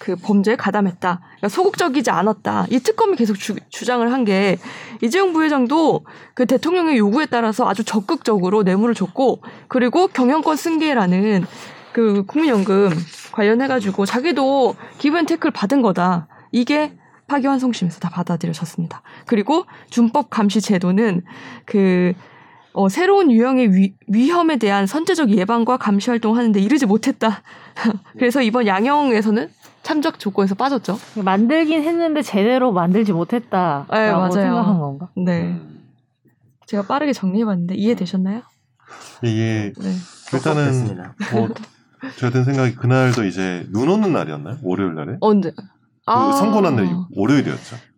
S1: 그 범죄에 가담했다. 그러니까 소극적이지 않았다. 이 특검이 계속 주, 주장을 한 게 이재용 부회장도 그 대통령의 요구에 따라서 아주 적극적으로 뇌물을 줬고 그리고 경영권 승계라는 그 국민연금 관련해가지고 자기도 기브앤테크를 받은 거다. 이게 파기환송심에서 다 받아들여졌습니다. 그리고 준법 감시 제도는 그 어, 새로운 유형의 위, 위험에 대한 선제적 예방과 감시 활동하는데 이르지 못했다. 그래서 이번 양형에서는 참작 조건에서 빠졌죠.
S4: 만들긴 했는데 제대로 만들지 못했다라고
S1: 네, 맞아요.
S4: 생각한 건가?
S1: 네,
S3: 음.
S1: 제가 빠르게 정리해봤는데 이해되셨나요?
S3: 이게
S1: 네,
S3: 일단은
S2: 됐습니다.
S3: 뭐 제가 든 생각이 그날도 이제 눈 오는 날이었나요? 월요일 날에?
S1: 언제?
S2: 아.
S3: 그 선고 난 날이 월요일이었죠.
S1: 아.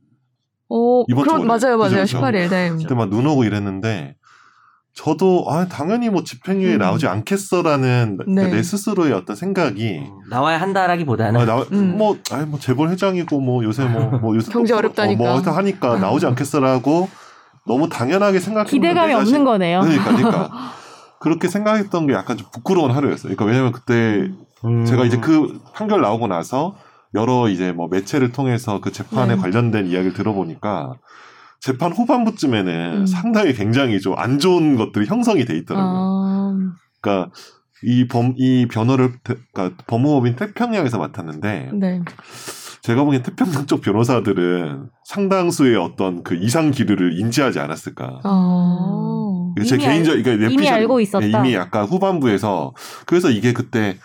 S1: 어,
S3: 이번 주
S1: 그럼
S3: 월요일.
S1: 맞아요, 맞아요.
S3: 그죠, 그죠.
S1: 18일. 네.
S3: 그때 막 눈 오고 이랬는데 저도 아, 당연히 뭐 집행유예
S1: 음.
S3: 나오지 않겠어라는 그
S1: 네.
S3: 내 스스로의 어떤 생각이
S2: 나와야 한다라기보다는
S3: 아, 나,
S1: 음.
S3: 뭐, 아이, 뭐, 재벌 회장이고, 뭐, 요새 뭐, 뭐, 요새
S1: 경제
S3: 또-
S1: 어렵다니까. 음.
S3: 어, 뭐, 하여튼 하니까 나오지 않겠어라고 너무 당연하게 생각했는데.
S4: 기대감이 없는 거네요.
S3: 그러니까, 그러니까. 그렇게 생각했던 게 약간 좀 부끄러운 하루였어요. 그러니까 왜냐면 그때
S2: 음.
S3: 제가 이제 그 판결 나오고 나서 여러 이제 뭐 매체를 통해서 그 재판에
S1: 네.
S3: 관련된 이야기를 들어보니까 재판 후반부쯤에는
S1: 음.
S3: 상당히 굉장히 좀 안 좋은 것들이 형성이 돼 있더라고요.
S1: 아,
S3: 그러니까 이 범, 이 변호를, 태- 그러니까 법무법인 태평양에서 맡았는데
S1: 네.
S3: 제가 보기엔 태평양 쪽 변호사들은 상당수의 어떤 그 이상 기류를 인지하지 않았을까.
S1: 아.
S3: 제
S4: 이미
S3: 개인적, 그러니까
S4: 이미
S3: 내피셜-
S4: 알고 있었다.
S3: 네, 이미 약간 후반부에서 그래서 이게 그때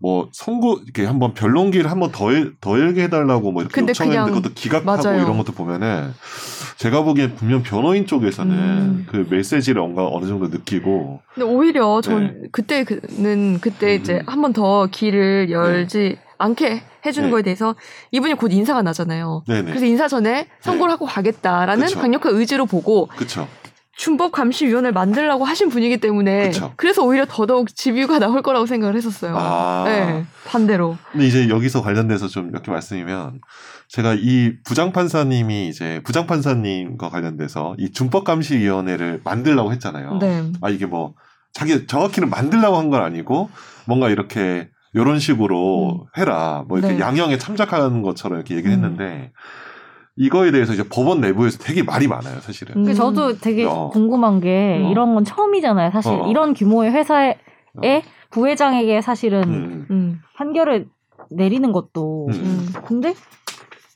S3: 뭐 선고 이렇게 한번 변론기를 한번 더, 일- 더 일게 해달라고 뭐 이렇게
S1: 근데
S3: 요청했는데
S1: 그냥-
S3: 그것도 기각하고
S1: 맞아요.
S3: 이런 것도 보면은 제가 보기엔 분명 변호인 쪽에서는
S1: 음.
S3: 그 메시지를 뭔가 어느 정도 느끼고
S1: 근데 오히려 전 그때는 그때 이제
S3: 네. 음.
S1: 한 번 더 길을 열지 않게 해주는
S3: 네.
S1: 거에 대해서 이분이 곧 인사가 나잖아요.
S3: 네네
S1: 그래서 인사 전에 선고를 하고 가겠다라는
S3: 그쵸.
S1: 강력한 의지로 보고
S3: 그쵸
S1: 준법 감시위원회를 만들라고 하신 분이기 때문에
S3: 그쵸.
S1: 래서 오히려 더더욱 집유가 나올 거라고 생각을 했었어요.
S3: 아
S1: 네, 반대로.
S3: 근데 이제 여기서 관련돼서 좀 몇 개 말씀이면 제가 이 부장판사님이 이제 부장판사님과 관련돼서 이 준법감시위원회를 만들라고 했잖아요.
S1: 네.
S3: 아 이게 뭐 자기 정확히는 만들라고 한 건 아니고 뭔가 이렇게 요런 식으로 해라 뭐 이렇게
S1: 네.
S3: 양형에 참작하는 것처럼 이렇게
S2: 음.
S3: 얘기를 했는데 이거에 대해서 이제 법원 내부에서 되게 말이 많아요 사실은.
S1: 음.
S4: 그 저도 되게
S3: 어.
S4: 궁금한 게
S3: 어.
S4: 이런 건 처음이잖아요. 사실
S3: 어.
S4: 이런 규모의 회사에
S3: 어.
S4: 부회장에게 사실은
S3: 음.
S1: 음,
S4: 판결을 내리는 것도
S3: 음.
S1: 음.
S4: 근데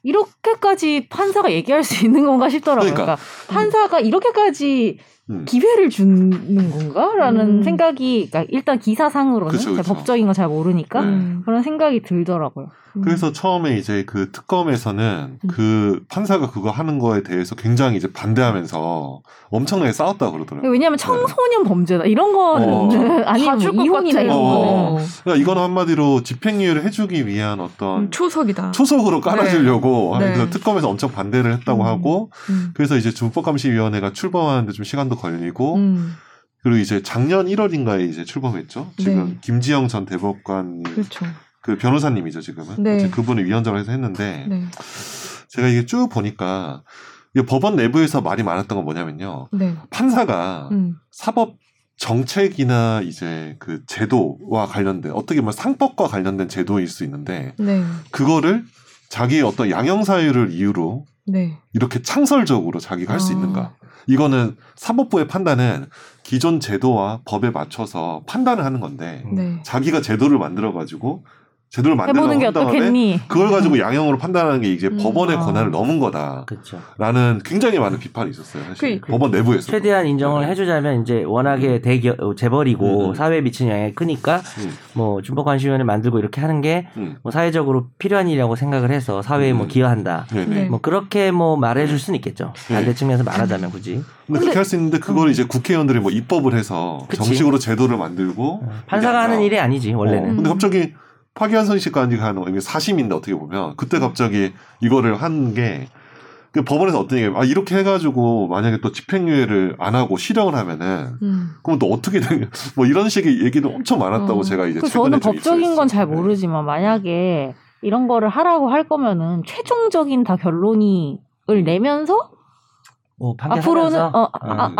S4: 이렇게까지 판사가 얘기할 수 있는 건가 싶더라고요.
S3: 그러니까.
S4: 그러니까, 판사가 이렇게까지
S3: 음.
S4: 기회를 주는 건가라는
S1: 음.
S4: 생각이 그러니까 일단 기사상으로는
S3: 그쵸, 그쵸.
S4: 제가 법적인 건 잘 모르니까
S3: 네.
S1: 음.
S4: 그런 생각이 들더라고요.
S3: 그래서 처음에 이제 그 특검에서는 그 판사가 그거 하는 거에 대해서 굉장히 이제 반대하면서 엄청나게 싸웠다 고 그러더라고요.
S4: 왜냐하면 청소년 범죄다 이런 거는
S3: 네. 어.
S4: 아니면
S1: 봐줄 것
S4: 이혼이나
S1: 같아요.
S4: 이런 거는
S3: 어. 그러니까 이건 한마디로 집행유예를 해주기 위한 어떤
S1: 음, 초석이다.
S3: 초석으로 깔아주려고
S1: 네.
S3: 그래서 특검에서 엄청 반대를 했다고
S1: 음.
S3: 하고
S1: 음.
S3: 그래서 이제 준법감시위원회가 출범하는데 좀 시간도 걸리고
S1: 음.
S3: 그리고 이제 작년 1월인가에 이제 출범했죠. 지금
S1: 네.
S3: 김지영 전 대법관
S1: 그렇죠.
S3: 그 변호사님이죠 지금은
S1: 네.
S3: 이제 그분을 위원장으로 해서 했는데
S1: 네.
S3: 제가 이게 쭉 보니까 이 법원 내부에서 말이 많았던 건 뭐냐면요
S1: 네.
S3: 판사가
S1: 음.
S3: 사법 정책이나 이제 그 제도와 관련된 어떻게 보면 상법과 관련된 제도일 수 있는데
S1: 네.
S3: 그거를 자기의 어떤 양형 사유를 이유로
S1: 네.
S3: 이렇게 창설적으로 자기가 할 수
S1: 아.
S3: 있는가? 이거는 사법부의 판단은 기존 제도와 법에 맞춰서 판단을 하는 건데
S1: 네.
S3: 자기가 제도를 만들어 가지고 제도를 만들어
S4: 해보는 게
S3: 한 다음에
S4: 어떻겠니?
S3: 그걸 가지고 양형으로 판단하는 게 이제
S1: 음,
S3: 법원의
S4: 아.
S3: 권한을 넘은 거다라는
S2: 그렇죠.
S3: 굉장히 많은 비판이 있었어요. 사실
S1: 그-
S3: 법원 내부에서
S2: 최대한 인정을 해주자면 이제 워낙에 대기업 어, 재벌이고
S3: 음.
S2: 사회에 미치는 영향이 크니까
S3: 음,
S2: 뭐 준법관시위원회 만들고 이렇게 하는 게 뭐
S3: 음.
S2: 사회적으로 필요한 일이라고 생각을 해서 사회에 뭐
S3: 음.
S2: 기여한다.
S3: 네네.
S1: 네.
S2: 뭐 그렇게 뭐 말해줄 수는 있겠죠.
S3: 네.
S2: 반대 측면에서 말하자면 굳이
S3: 근데
S4: 근데- 음.
S3: 그렇게 할 수 있는데 그걸 이제 국회의원들이 뭐 입법을 해서
S2: 그치.
S3: 정식으로 제도를
S4: 음.
S3: 만들고
S2: 어, 판사가 하는
S3: 아니라-
S2: 일이 아니지
S3: 어,
S2: 원래는.
S3: 근데 갑자기 파기한 선식까지 가는 이게 사심인데 어떻게 보면
S4: 음.
S3: 그때 갑자기 이거를 한 게 법원에서 어떤 얘기 아 이렇게 해가지고 만약에 또 집행유예를 안 하고 실형을 하면은
S1: 음.
S3: 그럼 또 어떻게 되냐 뭐 이런 식의 얘기도 엄청 많았다고
S1: 어.
S3: 제가 이제
S4: 그
S3: 네, 최근에
S4: 저는
S3: 좀
S4: 법적인 건 잘
S3: 입수했어요. 네.
S4: 모르지만 만약에 이런 거를 하라고 할 거면은 최종적인 다 결론이을 내면서
S2: 뭐 판결하면서
S4: 앞으로는 어,
S3: 네.
S4: 아,
S2: 음.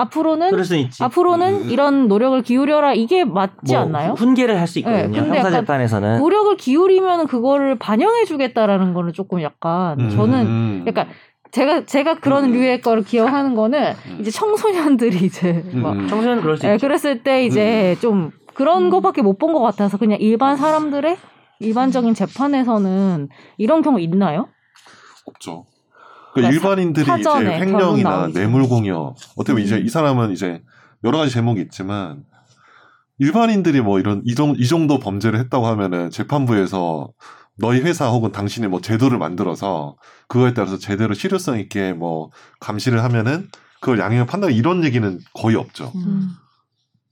S1: 그렇죠.
S4: 앞으로는
S2: 그럴 수 있지.
S4: 앞으로는
S3: 음.
S4: 이런 노력을 기울여라 이게 맞지
S2: 뭐
S4: 않나요?
S2: 훈계를 할 수 있거든요.
S4: 네, 근데 약간
S2: 형사재판에서는
S4: 노력을 기울이면 그거를 반영해주겠다라는 거는 조금 약간
S3: 네.
S4: 저는
S3: 음.
S4: 그러니까 약간 제가 제가 그런
S3: 음.
S4: 류의 거를 기억하는 거는
S3: 음.
S4: 이제 청소년들이 이제
S3: 음.
S4: 막
S2: 청소년은 그럴 수
S4: 예,
S2: 있죠.
S4: 그랬을 때 이제 좀 그런
S1: 음.
S4: 거밖에 못 본 것 같아서 그냥 일반 사람들의 일반적인 재판에서는 이런 경우 있나요?
S3: 없죠. 그러니까
S4: 그러니까
S3: 일반인들이
S4: 사- 사전에
S3: 이제
S4: 결론
S3: 횡령이나
S4: 나오기 전에.
S3: 뇌물공여 어떻게 보면 이제
S1: 음.
S3: 이 사람은 이제 여러 가지 제목이 있지만 일반인들이 뭐 이런 이, 정, 이 정도 범죄를 했다고 하면은 재판부에서 너희 회사 혹은 당신의 뭐 제도를 만들어서 그거에 따라서 제대로 실효성 있게 뭐 감시를 하면은 그걸 양형 판단 이런 얘기는 거의 없죠.
S1: 음.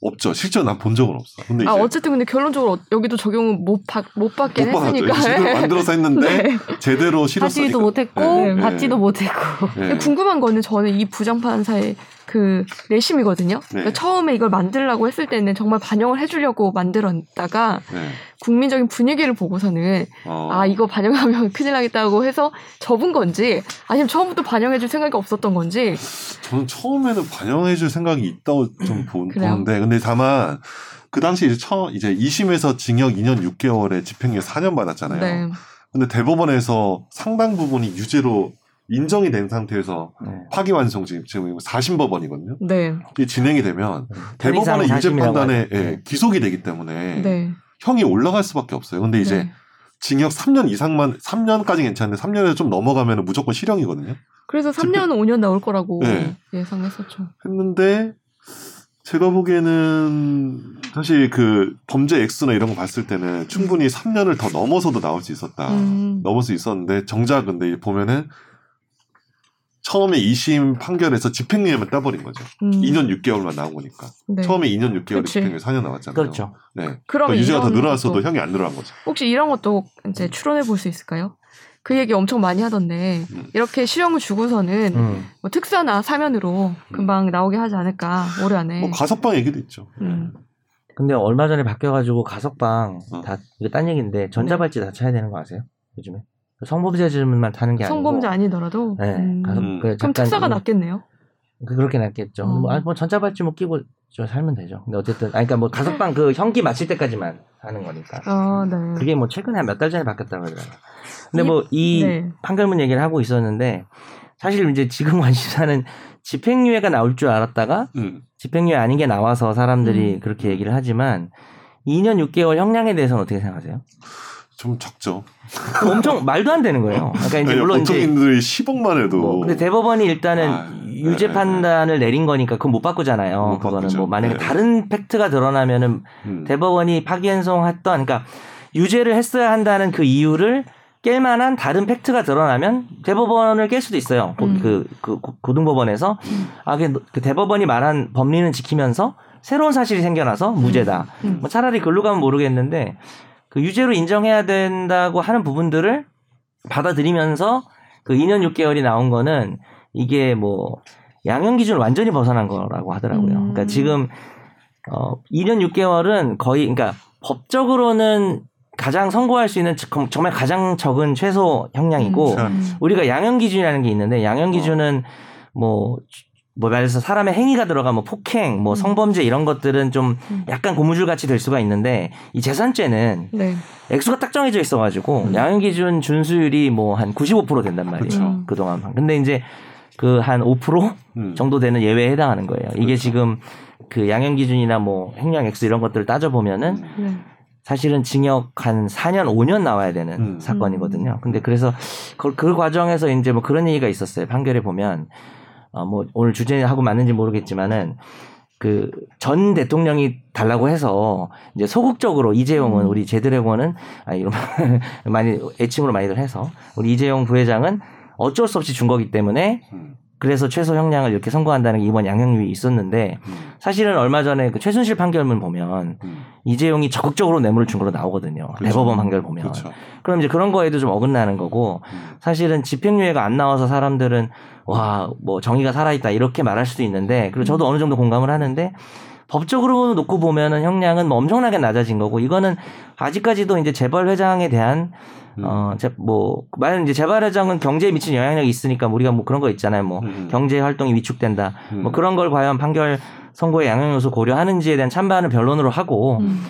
S3: 없죠. 실제로 난 본 적은 없어. 근데 이제
S1: 아 어쨌든 근데 결론적으로 어- 여기도 적용은 못, 받, 못 받긴
S3: 못 받았죠.
S1: 했으니까.
S3: 제대로 만들어서 했는데
S1: 네.
S3: 제대로 실었으니까.
S4: 하지도 못했고
S3: 네, 네.
S4: 받지도 못했고
S3: 예.
S1: 근데 궁금한 거는 저는 이 부장판사의 그 내심이거든요.
S3: 네.
S1: 그러니까 처음에 이걸 만들려고 했을 때는 정말 반영을 해주려고 만들었다가
S3: 예.
S1: 국민적인 분위기를 보고서는
S3: 어.
S1: 아 이거 반영하면 큰일 나겠다고 해서 접은 건지 아니면 처음부터 반영해줄 생각이 없었던 건지
S3: 저는 처음에는 반영해줄 생각이 있다고 좀 보,
S1: 음, 그래요?
S3: 보는데, 근데 다만 그 당시 이제 처 이제 2심에서 징역 2년 6개월에 집행유예 4년 받았잖아요.
S1: 네.
S3: 근데 대법원에서 상당 부분이 유죄로 인정이 된 상태에서
S2: 네.
S3: 파기완성 지금 지금 4심 법원이거든요.
S1: 네.
S3: 이게 진행이 되면
S2: 편의상
S3: 대법원의 유죄
S2: 40이라고
S3: 판단에
S2: 하죠. 네.
S3: 예, 기속이 되기 때문에
S1: 네.
S3: 형이 올라갈 수밖에 없어요. 근데 이제
S1: 네.
S3: 징역 3년 이상만 3년까지 괜찮은데 3년에서 좀 넘어가면 무조건 실형이거든요.
S1: 그래서 3년 5년 나올 거라고
S3: 네.
S1: 예상했었죠.
S3: 했는데 제가 보기에는 사실 그 범죄 액수나 이런 거 봤을 때는 충분히 3년을 더 넘어서도 나올 수 있었다.
S1: 음.
S3: 넘을 수 있었는데 정작 근데 보면은 처음에 2심 판결에서 집행유예만 따버린 거죠.
S1: 음.
S3: 2년 6개월만 나온 거니까.
S1: 네.
S3: 처음에 2년 6개월
S1: 그치.
S3: 집행유예 4년 나왔잖아요.
S2: 그렇죠.
S3: 네.
S1: 그럼
S3: 그러니까 유죄가 더
S1: 이런
S3: 늘어났어도
S1: 것도-
S3: 형이 안 늘어난 거죠.
S1: 혹시 이런 것도 이제 추론해 볼 수 있을까요? 그 얘기 엄청 많이 하던데
S3: 음.
S1: 이렇게 실형을 주고서는
S2: 음.
S1: 뭐 특사나 사면으로 금방 나오게 하지 않을까 올해 안에.
S3: 뭐 가석방 얘기도 있죠.
S1: 네. 음.
S2: 근데 얼마 전에 바뀌어가지고 가석방
S3: 어.
S2: 다 이거 딴 얘기인데 전자발찌 다 차야 되는 거 아세요? 요즘에 성범죄질문만 타는 게 아니고
S1: 성범죄 아니더라도.
S2: 네,
S1: 음.
S2: 가석,
S3: 음.
S2: 그
S1: 그럼
S2: 잠깐
S1: 특사가
S2: 이-
S1: 낫겠네요.
S2: 그- 그렇게 낫겠죠.
S1: 어.
S2: 뭐, 아니, 뭐 전자발찌 뭐 끼고 좀 살면 되죠. 근데 어쨌든 아니 그러니까 뭐 가석방 그 형기 마칠 때까지만 하는 거니까.
S1: 아, 네.
S2: 그게 뭐 최근에 몇 달 전에 바뀌었다고 그러더라고요. 근데
S1: 이-
S2: 뭐 이
S1: 네.
S2: 판결문 얘기를 하고 있었는데 사실 이제 지금 관심사는 집행유예가 나올 줄 알았다가
S3: 음.
S2: 집행유예 아닌 게 나와서 사람들이
S1: 음.
S2: 그렇게 얘기를 하지만 2년 6개월 형량에 대해서는 어떻게 생각하세요?
S3: 좀 적죠.
S2: 그거 엄청 말도 안 되는 거예요. 그러니까 이제
S3: 아니,
S2: 물론 이제
S3: 보통인들이 10억만 해도
S2: 뭐 근데 대법원이 일단은
S3: 아,
S2: 유죄
S3: 네.
S2: 판단을 내린 거니까 그건 못 바꾸잖아요.
S3: 못
S2: 그거는
S3: 바꾸죠.
S2: 뭐 만약에
S3: 네.
S2: 다른 팩트가 드러나면은
S3: 음.
S2: 대법원이 파기환송했던 그러니까 유죄를 했어야 한다는 그 이유를 깰 만한 다른 팩트가 드러나면 대법원을 깰 수도 있어요. 고-
S1: 음.
S2: 그, 그 고- 고등법원에서 아, 그게 너- 그 대법원이 말한 법리는 지키면서 새로운 사실이 생겨나서 무죄다.
S1: 음.
S2: 뭐 차라리 글로 가면 모르겠는데 그 유죄로 인정해야 된다고 하는 부분들을 받아들이면서 그 2년 6개월이 나온 거는 이게 뭐 양형 기준을 완전히 벗어난 거라고 하더라고요.
S1: 음.
S2: 그러니까 지금 어 2년 6개월은 거의 그러니까 법적으로는 가장 선고할 수 있는 즉, 정말 가장 적은 최소 형량이고
S3: 음.
S2: 우리가 양형 기준이라는 게 있는데 양형 기준은 뭐, 뭐 말해서 사람의 행위가 들어가 뭐 폭행, 뭐
S1: 음.
S2: 성범죄 이런 것들은 좀
S1: 음.
S2: 약간 고무줄 같이 될 수가 있는데 이 재산죄는
S1: 네.
S2: 액수가 딱 정해져 있어가지고
S1: 음.
S2: 양형 기준 준수율이 뭐 한 95% 된단
S3: 그쵸.
S2: 말이에요.
S1: 음.
S2: 그동안 근데 이제 그 한 5%
S3: 음.
S2: 정도 되는 예외에 해당하는 거예요. 이게
S3: 그렇죠.
S2: 지금 그 양형 기준이나 뭐 행량 액수 이런 것들을 따져보면은
S3: 음.
S1: 네.
S2: 사실은 징역 한 4년, 5년 나와야 되는
S3: 음.
S2: 사건이거든요. 근데 그래서 그, 그 과정에서 이제 뭐 그런 얘기가 있었어요. 판결에 보면. 어, 뭐 오늘 주제하고 맞는지 모르겠지만은 그 전 대통령이 달라고 해서 이제 소극적으로 이재용은
S1: 음.
S2: 우리 제드래곤은 아 이런 많이 애칭으로 많이들 해서 우리 이재용 부회장은 어쩔 수 없이 준 거기 때문에
S3: 음.
S2: 그래서 최소 형량을 이렇게 선고한다는 게 이번 양형유예 있었는데
S3: 음.
S2: 사실은 얼마 전에 그 최순실 판결문 보면
S3: 음.
S2: 이재용이 적극적으로 뇌물을 준 걸로 나오거든요.
S3: 그렇죠.
S2: 대법원 판결 보면.
S3: 그렇죠.
S2: 그럼 이제 그런 거에도 좀 어긋나는 거고
S3: 음.
S2: 사실은 집행유예가 안 나와서 사람들은 와 뭐 정의가 살아있다 이렇게 말할 수도 있는데 그리고 저도 어느 정도 공감을 하는데 법적으로 놓고 보면은 형량은 뭐 엄청나게 낮아진 거고 이거는 아직까지도 이제 재벌 회장에 대한
S3: 음.
S2: 어뭐 만약 이제 재벌 회장은 경제에 미친 영향력이 있으니까 우리가 뭐 그런 거 있잖아요 뭐
S3: 음.
S2: 경제 활동이 위축된다
S3: 음.
S2: 뭐 그런 걸 과연 판결 선고의 양형 요소 고려하는지에 대한 찬반을 변론으로 하고
S1: 음.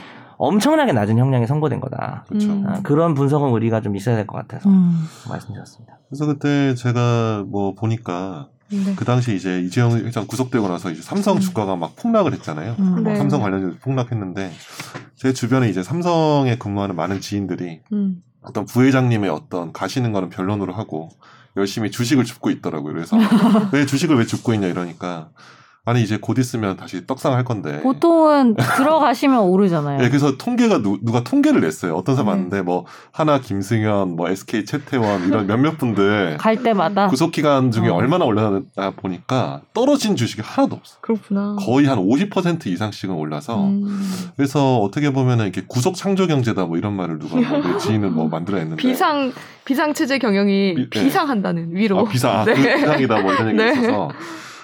S2: 엄청나게 낮은 형량이 선고된 거다.
S3: 그렇죠.
S1: 음.
S2: 아, 그런 분석은 우리가 좀 있어야 될 것 같아서
S4: 음.
S2: 말씀드렸습니다.
S3: 그래서 그때 제가 뭐 보니까
S1: 네.
S3: 그 당시 이제 이재용 회장 구속되고 나서 이제 삼성
S1: 음.
S3: 주가가 막 폭락을 했잖아요.
S4: 음.
S1: 네.
S3: 삼성 관련 폭락했는데 제 주변에 이제 삼성에 근무하는 많은 지인들이
S1: 음.
S3: 어떤 부회장님의 어떤 가시는 거는 변론으로 하고 열심히 주식을 줍고 있더라고요. 그래서 왜 주식을 왜 줍고 있냐 이러니까 아니 이제 곧 있으면 다시 떡상 할 건데.
S4: 보통은 들어가시면 오르잖아요.
S1: 네.
S3: 예, 그래서 통계가 누, 가 통계를 냈어요. 어떤
S1: 음.
S3: 사람
S4: 네.
S3: 봤는데 뭐 하나 김승현, 뭐 SK 채태원 이런 몇몇 분들
S4: 갈 때마다
S3: 구속 기간 중에
S4: 어.
S3: 얼마나 올라다 보니까 떨어진 주식이 하나도 없어. 요
S1: 그렇구나.
S3: 거의 한 50% 이상씩은 올라서
S1: 음.
S3: 그래서 어떻게 보면은 이렇게 구속 창조 경제다 뭐 이런 말을 누가 뭐내 지인은 뭐 만들어냈는데
S1: 비상 비상 체제 경영이
S3: 비- 네.
S1: 비상한다는 위로.
S3: 아, 비상 아,
S1: 네.
S3: 비상이다 뭐 이런 얘기
S1: 네.
S3: 가 있어서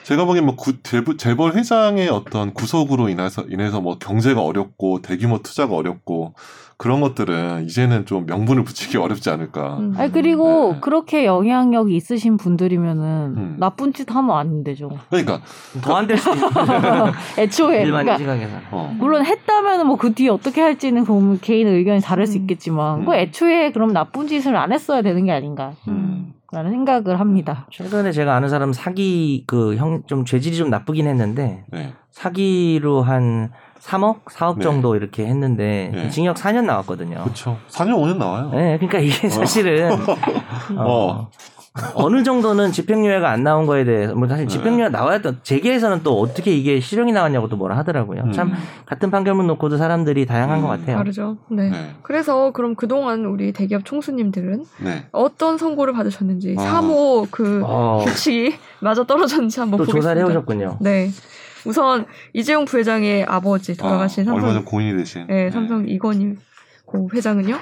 S3: 제가 보기엔 뭐 구- 재벌, 재벌 회장의 어떤 구속으로 인해서 인해서 뭐 경제가 어렵고 대규모 투자가 어렵고 그런 것들은 이제는 좀 명분을 붙이기 어렵지 않을까.
S1: 음.
S4: 아니 그리고
S3: 네.
S4: 그렇게 영향력이 있으신 분들이면은
S3: 음.
S4: 나쁜 짓 하면 안 되죠.
S3: 그러니까
S2: 더 안 될 수도 있고
S4: 애초에
S2: 일반
S4: 그러니까
S2: 시각에서.
S3: 어.
S4: 물론 했다면은 뭐 그 뒤에 어떻게 할지는 그럼 개인 의견이 다를 수
S1: 음.
S4: 있겠지만
S3: 음.
S4: 그 애초에 그럼 나쁜 짓을 안 했어야 되는 게 아닌가라는
S3: 음.
S4: 생각을 합니다.
S2: 최근에 제가 아는 사람 사기 그 형 좀 죄질이 좀 나쁘긴 했는데
S3: 네.
S2: 사기로 한 3억, 4억
S3: 네.
S2: 정도 이렇게 했는데
S3: 네.
S2: 징역 4년 나왔거든요.
S3: 그렇죠. 4년 5년 나와요.
S2: 네, 그러니까 이게 사실은 어.
S3: 어.
S2: 느 정도는 집행유예가 안 나온 거에 대해서 뭐 사실
S3: 네.
S2: 집행유예 나와야 또 재계에서는 또 어떻게 이게 실형이 나왔냐고 또 뭐라 하더라고요.
S3: 음.
S2: 참 같은 판결문 놓고도 사람들이 다양한
S3: 음.
S2: 것 같아요.
S1: 다르죠. 네.
S3: 네.
S1: 그래서 그럼 그동안 우리 대기업 총수님들은
S3: 네.
S1: 어떤 선고를 받으셨는지
S3: 아.
S1: 3호 그
S2: 어,
S1: 규칙이 맞아 떨어졌는지 한번
S2: 또
S1: 보겠습니다.
S2: 조사를 해오셨군요.
S1: 네. 우선 이재용 부회장의 아버지 돌아가신
S3: 아,
S1: 삼성
S3: 얼마 전 공인이 되신
S1: 네, 삼성 이건희 고 회장은요.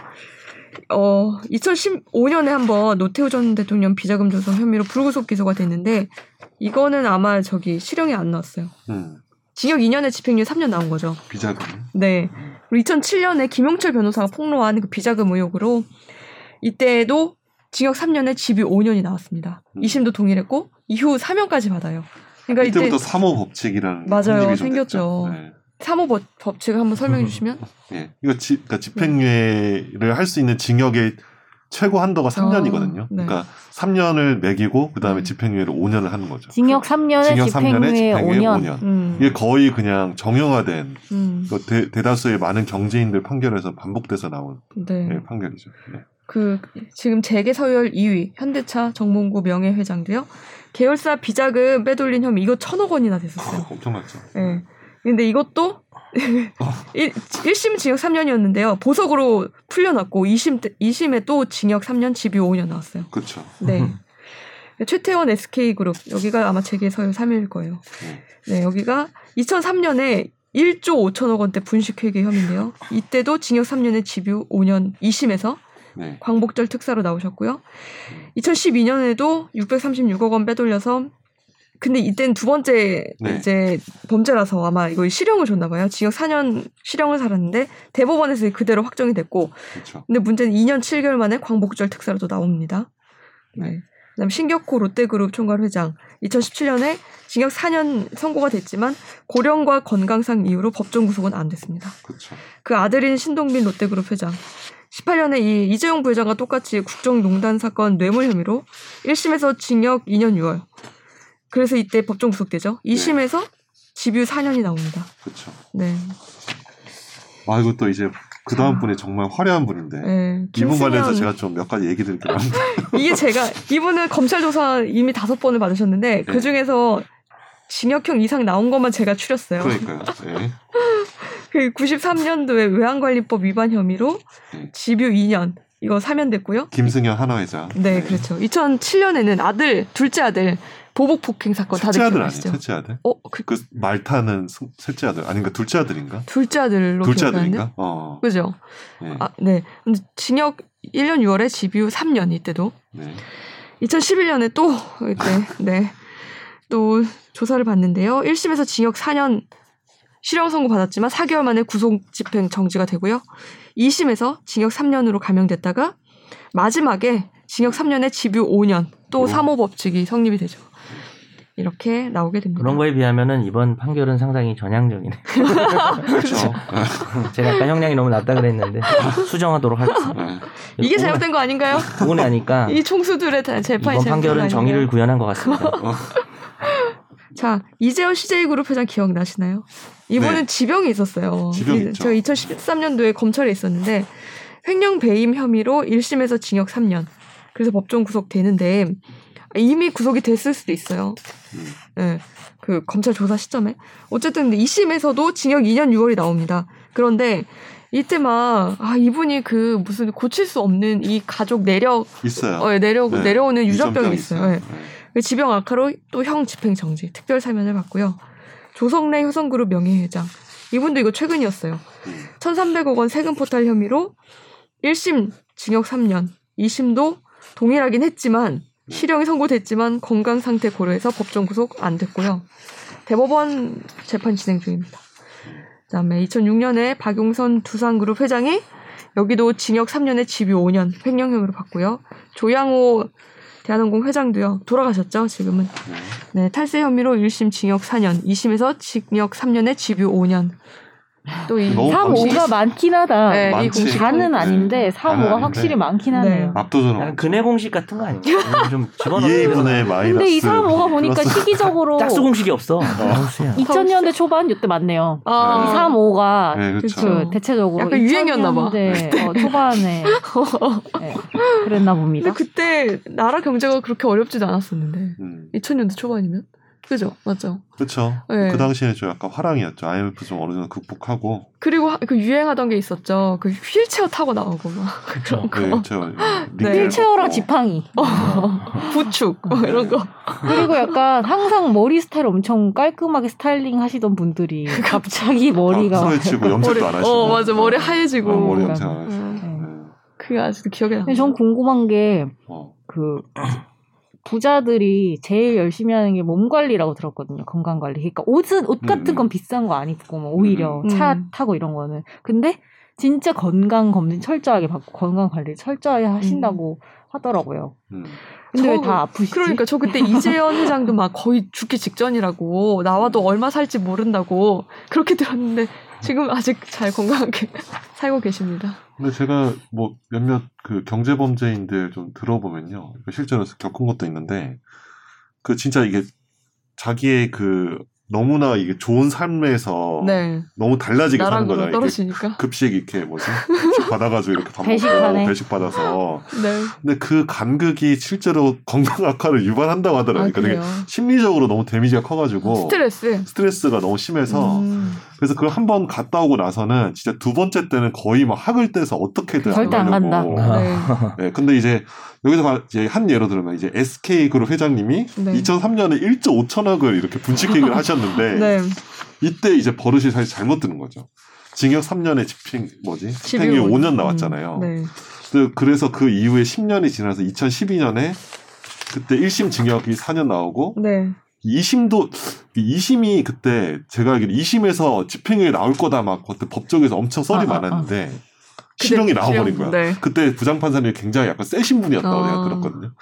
S1: 어, 2015년에 한번 노태우 전 대통령 비자금 조성 혐의로 불구속 기소가 됐는데 이거는 아마 저기 실형이 안 나왔어요.
S3: 음,
S1: 징역 2년에 집행유예 3년 나온 거죠.
S3: 비자금.
S1: 네.
S3: 음.
S1: 그리고 2007년에 김용철 변호사가 폭로한 그 비자금 의혹으로 이때에도 징역 3년에 집이 5년이 나왔습니다.
S3: 음.
S1: 2심도 동일했고 이후 사면까지 받아요. 그러니까 이때
S3: 이때부터 3호 법칙이라는
S1: 맞아요.
S3: 확립이 좀
S1: 생겼죠.
S3: 됐죠. 네.
S1: 3호 법- 법칙을 한번 설명해 주시면
S3: 예. 이거 지, 그러니까 집행유예를 할 수 있는 징역의 최고 한도가 3년이거든요.
S4: 어,
S1: 네.
S3: 그러니까 3년을 매기고 그다음에
S1: 음.
S3: 집행유예를 5년을 하는 거죠.
S4: 네. 징역 3년에
S3: 그 징역 3년에
S4: 집행유예
S3: 집행유예
S4: 5년.
S3: 5년.
S1: 음.
S3: 이게 거의 그냥 정형화된
S1: 음.
S3: 그 대, 대다수의 많은 경제인들 판결에서 반복돼서 나온
S1: 네.
S3: 예, 판결이죠. 네.
S1: 그 지금 재계 서열 2위 현대차 정몽구 명예회장도요. 계열사 비자금 빼돌린 혐의 이거 천억 원이나 됐었어요.
S3: 네, 엄청났죠.
S1: 예. 근데 이것도 1, 심 징역 3년이었는데요. 보석으로 풀려났고 2심 때, 2심에 또 징역 3년 집이 5년 나왔어요.
S3: 그렇죠.
S1: 네. 최태원 SK그룹 여기가 아마 재계 서열 3위일 거예요.
S3: 네.
S1: 네, 여기가 2003년에 1조 5천억 원대 분식회계 혐의인데요. 이때도 징역 3년에 집유 5년 2심에서
S3: 네.
S1: 광복절 특사로 나오셨고요. 2012년에도 636억 원 빼돌려서 근데 이때는 두 번째
S3: 네.
S1: 이제 범죄라서 아마 이거 실형을 줬나 봐요. 징역 4년 실형을 살았는데 대법원에서 그대로 확정이 됐고
S3: 그렇죠.
S1: 근데 문제는 2년 7개월 만에 광복절 특사로 또 나옵니다. 네.
S3: 네.
S1: 그다음 신격호 롯데그룹 총괄 회장 2017년에 징역 4년 선고가 됐지만 고령과 건강상 이유로 법정 구속은 안 됐습니다.
S3: 그렇죠.
S1: 그 아들인 신동빈 롯데그룹 회장. 18년에 이 이재용 부회장과 똑같이 국정농단 사건 뇌물 혐의로 1심에서 징역 2년 6월. 그래서 이때 법정 구속되죠.
S3: 네.
S1: 2심에서 집유 4년이 나옵니다.
S3: 그렇죠.
S1: 네.
S3: 아 이거 또 이제 그 다음
S1: 아.
S3: 분이 정말 화려한 분인데
S1: 네.
S3: 이분 관련해서
S1: 김승현.
S3: 제가 좀 몇 가지 얘기 드릴 게 많은데
S1: 이게 제가 이분은 검찰 조사 이미 다섯 번을 받으셨는데
S3: 네.
S1: 그 중에서 징역형 이상 나온 것만 제가 추렸어요.
S3: 그러니까요. 예.
S1: 그 93년도에 외환관리법 위반 혐의로
S3: 네.
S1: 집유 2년 이거 사면됐고요.
S3: 김승현 한화 회장.
S1: 네, 그렇죠. 2007년에는 아들, 둘째 아들 보복 폭행 사건 다들
S3: 셋째 아들
S1: 기억하시죠?
S3: 아니에요? 셋째 아들?
S1: 어, 그
S3: 그 말 타는 승- 셋째 아들 아닌가 둘째 아들인가?
S1: 둘째 아들로
S3: 둘째
S1: 기억하는데.
S3: 아들인가? 어.
S1: 그죠?
S3: 네.
S1: 아, 네. 근데 징역 1년 6월에 집유 3년 이때도
S3: 네.
S1: 2011년에 또 이때 네. 또 조사를 봤는데요. 1심에서 징역 4년 실형 선고 받았지만 4개월 만에 구속 집행 정지가 되고요. 2심에서 징역 3년으로 감형됐다가 마지막에 징역 3년에 집유 5년 또
S3: 오.
S1: 3호 법칙이 성립이 되죠. 이렇게 나오게 됩니다.
S2: 그런 거에 비하면은 이번 판결은 상당히 전향적이네.
S3: 그렇죠.
S2: 제가 아까 형량이 너무 낮다 그랬는데 수정하도록 하겠습니다.
S3: 네.
S1: 이게 잘못된 거 아닌가요?
S2: 오늘 하니까
S1: 이 총수들의 다- 재판이
S2: 이번
S1: 잘못된 거
S2: 판결은
S1: 아닌가요?
S2: 정의를 구현한 것 같습니다.
S1: 자, 이재현 CJ그룹 회장 기억나시나요? 이분은
S3: 네.
S1: 지병이 있었어요.
S3: 지병이
S1: 이-
S3: 있죠.
S1: 저 2013년도에 검찰에 있었는데 횡령 배임 혐의로 1심에서 징역 3년. 그래서 법정 구속되는데 이미 구속이 됐을 수도 있어요.
S3: 음.
S1: 예, 그 검찰 조사 시점에 어쨌든 2심에서도 징역 2년 6월이 나옵니다. 그런데 이때만 아 이분이 그 무슨 고칠 수 없는 이 가족 내려
S3: 있어요.
S1: 어, 내려
S3: 네.
S1: 내려오는 유전병이
S3: 유전병이 네.
S1: 있어요. 예. 그 지병 악화로 또 형 집행 정지, 특별 사면을 받고요. 조성래 효성그룹 명예회장 이분도 이거 최근이었어요.
S3: 음.
S1: 1,300억 원 세금 포탈 혐의로 1심 징역 3년, 2심도 동일하긴 했지만 실형이 선고됐지만 건강 상태 고려해서 법정 구속 안 됐고요. 대법원 재판 진행 중입니다. 그다음에 2006년에 박용선 두산그룹 회장이 여기도 징역 3년에 집유 5년 횡령 혐의로 받고요. 조양호 대한항공 회장도요. 돌아가셨죠, 지금은.
S3: 네.
S1: 네, 탈세 혐의로 1심 징역 4년, 2심에서 징역 3년에 집유 5년. 또 이,
S3: 너무
S4: 3,
S3: 방식이
S4: 5가 많긴 하다.
S1: 네, 이
S3: 많지.
S1: 공식-
S4: 반은 아닌데 3,
S3: 반은
S4: 5가
S3: 아닌데.
S4: 확실히 많긴
S1: 네.
S4: 하네요.
S2: 약간
S3: 압도적으로
S2: 근해 공식 같은 거 아, 아니에요? 좀 집어넣는
S3: 예, 이해분의 마이너스. 그렇죠.
S4: 근데 이 3, 5가 보니까
S3: 플러스.
S4: 시기적으로
S2: 짝수 공식이 없어. 아,
S4: 2000년대 초반 이때 맞네요.
S1: 아,
S3: 이
S4: 3, 5가
S3: 네,
S1: 그쵸.
S3: 그렇죠.
S4: 그 대체적으로
S1: 어. 약간 유행이었나 봐.
S4: 2000년대, 어, 초반에 네, 그랬나 봅니다.
S1: 근데 그때 나라 경제가 그렇게 어렵지도 않았었는데
S3: 음.
S1: 2000년대 초반이면 그죠 맞죠
S3: 그렇죠.
S1: 네.
S3: 그 당시에 좀 약간 화랑이었죠. IMF 좀 어느 정도 극복하고
S1: 그리고 하- 그 유행하던 게 있었죠 그 휠체어 타고 나오고 막
S5: 그렇죠.
S3: 네, 그렇죠. 링겔
S1: 네.
S4: 휠체어랑
S3: 먹고.
S4: 지팡이
S1: 부축 막뭐
S3: 음.
S1: 이런
S3: 아,
S1: 거
S4: 그리고 약간 항상 머리 스타일 엄청 깔끔하게 스타일링 하시던 분들이
S1: 그렇죠.
S4: 갑자기 머리가
S3: 아, 소매치고 염색도 안 하시고.
S1: 어 맞아 머리
S3: 아, 머리
S1: 하얘지고
S4: 어.
S3: 염색 안 하시고.
S1: 음,
S4: 네.
S3: 네.
S1: 그게 아직도 기억에 남아요
S4: 근데 전 궁금한 게
S3: 어.
S4: 그 부자들이 제일 열심히 하는 게 몸 관리라고 들었거든요. 건강 관리. 그러니까 옷은 옷 같은 건
S3: 음.
S4: 비싼 거 안 입고 뭐 오히려
S1: 음.
S4: 차
S1: 음.
S4: 타고 이런 거는. 근데 진짜 건강 검진 철저하게 받고 건강 관리 철저하게
S1: 음.
S4: 하신다고 하더라고요.
S3: 음.
S4: 근데 왜
S1: 저-
S4: 다 아프시지?
S1: 그러니까 저 그때 이재현 회장도 막 거의 죽기 직전이라고 나와도 얼마 살지 모른다고 그렇게 들었는데 지금 아직 잘 건강하게 살고 계십니다
S3: 근데 제가 뭐 몇몇 그 경제 범죄인들 좀 들어보면요. 그러니까 실제로 겪은 것도 있는데 그 진짜 이게 자기의 그 너무나 이게 좋은 삶에서
S1: 네
S3: 너무 어, 달라지게 사는
S1: 나락으로
S3: 거잖아요. 이게
S1: 떨어지니까
S3: 급식 이렇게 뭐지? 급식 받아가지고 이렇게 밥
S4: 배식하네.
S3: 먹고 배식 받아서
S1: 네
S3: 근데 그 간극이 실제로 건강 악화를 유발한다고 하더라고요.
S1: 아,
S3: 그러니까 되게
S1: 그래요?
S3: 심리적으로 너무 데미지가 커가지고
S1: 스트레스.
S3: 가 너무 심해서
S1: 음.
S3: 그래서 그걸 한 번 갔다 오고 나서는 진짜 두 번째 때는 거의 막 학을 떼서 어떻게든
S4: 절대 안
S3: 가려고.
S4: 간다.
S1: 네.
S3: 네, 근데 이제 여기서 가- 이제 한 예로 들으면 이제 SK 그룹 회장님이
S1: 네.
S3: 2003년에 1조 5천억을 이렇게 분식회계를 하셨는데
S1: 네.
S3: 이때 이제 버릇이 사실 잘못 드는 거죠. 징역 3년에 집행 뭐지? 집행이
S1: 15
S3: 5년 나왔잖아요.
S1: 네.
S3: 그- 그래서 그 이후에 10년이 지나서 2012년에 그때 1심 징역이 4년 나오고
S1: 네.
S3: 2심도 2심이 그때 제가 알기로 2심에서 집행유예 나올 거다 막 그때 법정에서 엄청 썰이
S4: 아, 아, 아.
S3: 많았는데 실형이
S1: 그때
S3: 나와버린 거야.
S1: 실형. 네.
S3: 그때 부장판사님이 굉장히 약간 세신 분이었다고
S1: 아.
S3: 내가 들었거든요.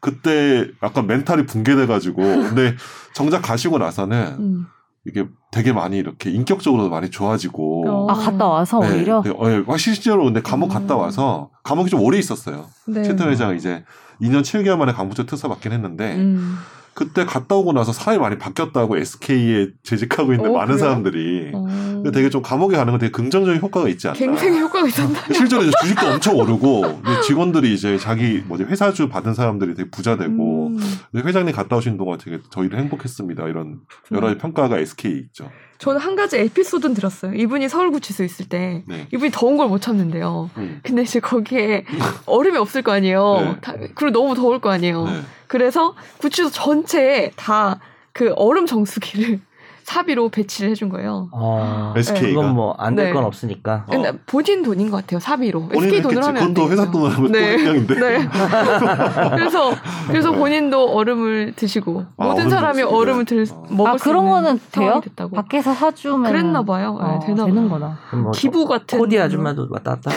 S3: 그때 약간 멘탈이 붕괴돼가지고 근데 정작 가시고 나서는
S1: 음.
S3: 이게 되게 많이 이렇게 인격적으로도 많이
S1: 어.
S3: 좋아지고
S4: 아 갔다 와서
S3: 네,
S4: 오히려
S3: 네, 어, 예. 실제로 근데 감옥
S1: 음.
S3: 갔다 와서 감옥이 좀 오래 있었어요.
S1: 네.
S3: 최태 회장 이제 2년 7개월 만에 강부적 특사 받긴 했는데
S1: 음.
S3: 그때 갔다 오고 나서 사회 많이 바뀌었다고 SK에 재직하고 있는
S1: 오,
S3: 많은
S1: 어, 그래요?
S3: 사람들이
S1: 어.
S3: 되게 좀 감옥에 가는 건 되게 긍정적인 효과가 있지 않나.
S1: 굉장히 효과가 있었나?
S3: 실제로 이제 주식도 엄청 오르고 이제 직원들이 이제 자기 뭐지 회사주 받은 사람들이 되게 부자 되고
S1: 음.
S3: 근데 회장님 갔다 오신 동안 되게 저희를 행복했습니다 이런
S1: 음.
S3: 여러 가지 평가가 SK 있죠.
S1: 저는 한 가지 에피소드는 들었어요. 이분이 서울구치소에 있을 때
S3: 네.
S1: 이분이 더운 걸 못 참는데요.
S3: 음.
S1: 근데 이제 거기에 얼음이 없을 거 아니에요.
S3: 네.
S1: 다- 그리고 너무 더울 거 아니에요.
S3: 네.
S1: 그래서 구치소 전체에 다 그 얼음 정수기를 사비로 배치를 해준 거예요.
S2: 어,
S3: SK 가?
S2: 그건 뭐 안 될
S1: 네.
S2: 건 없으니까.
S1: 근데
S3: 어.
S1: 본인 돈인 것 같아요. 사비로.
S3: 본인은
S1: SK 돈으로
S3: 했겠지.
S1: 하면 안
S3: 그건 또 회사
S1: 되겠죠.
S3: 돈으로 하면 또
S1: 네.
S3: 형량인데.
S1: 네. 그래서 그래서 본인도 얼음을 드시고
S3: 아,
S1: 모든
S3: 얼음
S1: 사람이
S3: 드시고.
S1: 얼음을 들
S3: 아.
S1: 먹을
S4: 아,
S1: 수
S4: 그런
S1: 있는
S4: 거는
S1: 상황이
S4: 돼요?
S1: 됐다고.
S4: 밖에나 사주면
S1: 그랬나 봐요. 예, 되나
S4: 되는
S1: 봐요.
S4: 거나.
S2: 그럼 뭐
S1: 기부 같은
S2: 코디
S1: 걸로.
S2: 아줌마도 왔다 갔다.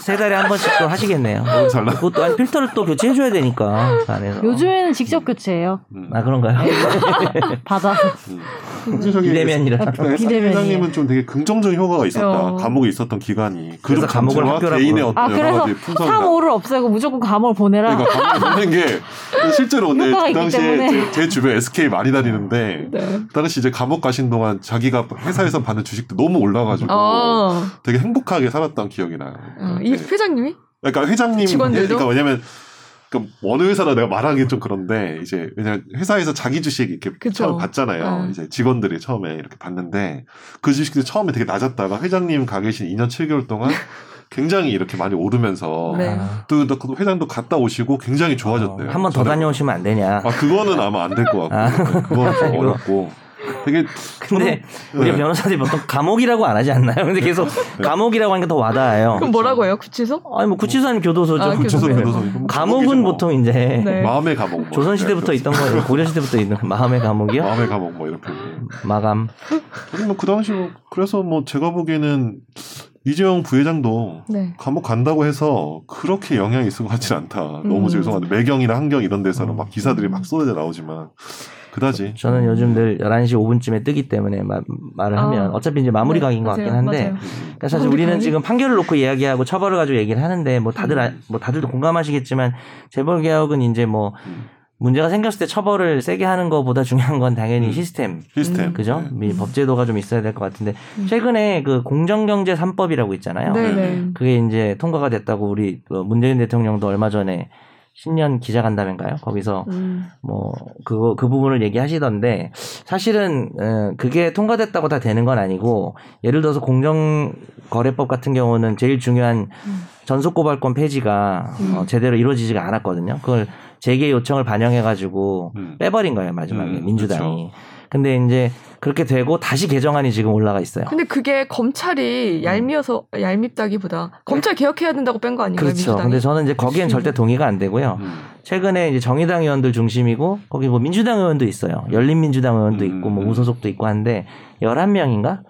S2: 세 달에 한 번씩 또 하시겠네요.
S3: 너무 어, 잘 나.
S2: 그것도 아니, 필터를 또 교체해줘야 되니까 그 안에서.
S4: 요즘에는 직접 교체해요.
S3: 음.
S2: 아 그런가요?
S4: 받아서
S3: 음. 근데 저기
S4: 아,
S2: 비대면이라.
S3: 네,
S4: 어, 비대면이에요.
S3: 회장님은 좀 되게 긍정적인 효과가 있었다.
S1: 어.
S3: 감옥에 있었던 기간이
S2: 그래서
S3: 그룹
S2: 감옥을
S3: 전체와
S2: 학교라고
S3: 개인의
S2: 그러고.
S3: 어떤
S4: 아
S3: 여러
S4: 그래서
S3: 가지
S4: 3,
S3: 풍성함.
S4: 5를 없애고 무조건 감옥 보내라.
S3: 그러니까 감옥 보낸 게 실제로 근데
S4: 효과가
S3: 그
S4: 있기
S3: 당시에
S4: 때문에.
S3: 제, 제 주변 SK 많이 다니는데
S1: 네.
S3: 그 당시 이제 감옥 가신 동안 자기가 회사에서 받는 주식도 너무 올라가지고
S1: 어.
S3: 되게 행복하게 살았던 기억이 나요.
S1: 어, 이
S3: 네.
S1: 회장님이?
S3: 그러니까 회장님
S1: 직원들도?
S3: 그러니까 왜냐면 그러니까 어느 회사나 내가 말하기 좀 그런데 이제 왜냐면 회사에서 자기 주식 이렇게
S1: 그쵸.
S3: 처음 받잖아요.
S1: 네.
S3: 이제 직원들이 처음에 이렇게 받는데 그 주식도 처음에 되게 낮았다가 회장님 가 계신 2년 7개월 동안 굉장히 이렇게 많이 오르면서
S1: 네.
S2: 아,
S3: 또, 또그 회장도 갔다 오시고 굉장히 좋아졌대요.
S2: 어, 한번 더
S3: 저는-
S2: 다녀오시면 안 되냐.
S3: 아 그거는 아마 안 될 것 같고
S2: 아.
S3: 네, 그건 좀
S2: 이거-
S3: 어렵고 되게
S2: 근데
S3: 저는-
S2: 우리
S3: 네.
S2: 변호사들이 보통 감옥이라고 안 하지 않나요? 근데 계속 감옥이라고 하니까 더 와닿아요.
S1: 그럼 뭐라고 해요? 구치소?
S2: 아니 뭐 구치소는 교도소죠.
S1: 아,
S3: 구치소
S1: 네.
S3: 교도소 이거 뭐 감옥이죠,
S2: 감옥은
S3: 뭐.
S2: 보통 이제
S1: 네.
S3: 마음의 감옥 뭐.
S2: 조선시대부터 있던 거예요. 고려시대부터 있는 마음의
S3: 네,
S2: 감옥이요?
S3: 마음의 감옥 뭐 이렇게
S2: 마감.
S3: 저는 뭐그 당시 뭐 그래서 뭐 제가 보기에는 이재용 부회장도
S1: 네.
S3: 감옥 간다고 해서 그렇게 영향이 있을 것 같진 않다. 너무
S1: 음.
S3: 죄송한데 매경이나 한경 이런 데서는
S2: 음.
S3: 막 기사들이 막 쏟아져 나오지만 그다지
S2: 저는 요즘 늘 11시 5분쯤에 뜨기 때문에 마- 말을
S1: 아.
S2: 하면 어차피 이제 마무리
S1: 네,
S2: 각인 것
S1: 맞아요,
S2: 같긴 한데
S1: 맞아요.
S3: 음.
S2: 그러니까 사실
S1: 마무리
S2: 우리는
S1: 각인?
S2: 지금 판결을 놓고 이야기하고 처벌을 가지고 얘기를 하는데 뭐 다들 아-
S3: 음.
S2: 뭐 다들 공감하시겠지만 재벌 개혁은 이제 뭐
S3: 음.
S2: 문제가 생겼을 때 처벌을 세게 하는 것보다 중요한 건 당연히
S3: 음.
S2: 시스템
S3: 시스템
S2: 그죠?
S3: 네.
S2: 이 법제도가 좀 있어야 될 것 같은데
S1: 음.
S2: 최근에 그 공정경제 3법이라고 있잖아요.
S1: 네,
S3: 네.
S1: 네.
S2: 그게 이제 통과가 됐다고 우리 어, 문재인 대통령도 얼마 전에 신년 기자간담회인가요? 거기서
S1: 음.
S2: 뭐 그거 그 부분을 얘기하시던데 사실은 어, 그게 통과됐다고 다 되는 건 아니고 예를 들어서 공정거래법 같은 경우는 제일 중요한
S1: 음.
S2: 전속고발권 폐지가 어,
S1: 음.
S2: 제대로 이루어지지가 않았거든요. 그걸 재개 요청을 반영해 가지고
S3: 음.
S2: 빼버린 거예요 마지막에
S3: 음,
S2: 민주당이. 근데 이제 그렇게 되고 다시 개정안이 지금 올라가 있어요.
S1: 근데 그게
S2: 음.
S1: 검찰이 얄미워서 얄밉다기보다 검찰 개혁해야 된다고 뺀 거 아닌가요?
S2: 네. 그렇죠.
S1: 그러니까 민주당이?
S2: 근데 저는 이제 거기엔 절대 동의가 안 되고요.
S3: 음.
S2: 최근에 이제 정의당 의원들 중심이고 거기 뭐 민주당 의원도 있어요. 열린민주당 의원도 있고 뭐
S3: 음.
S2: 무소속도 있고 한데 11명인가?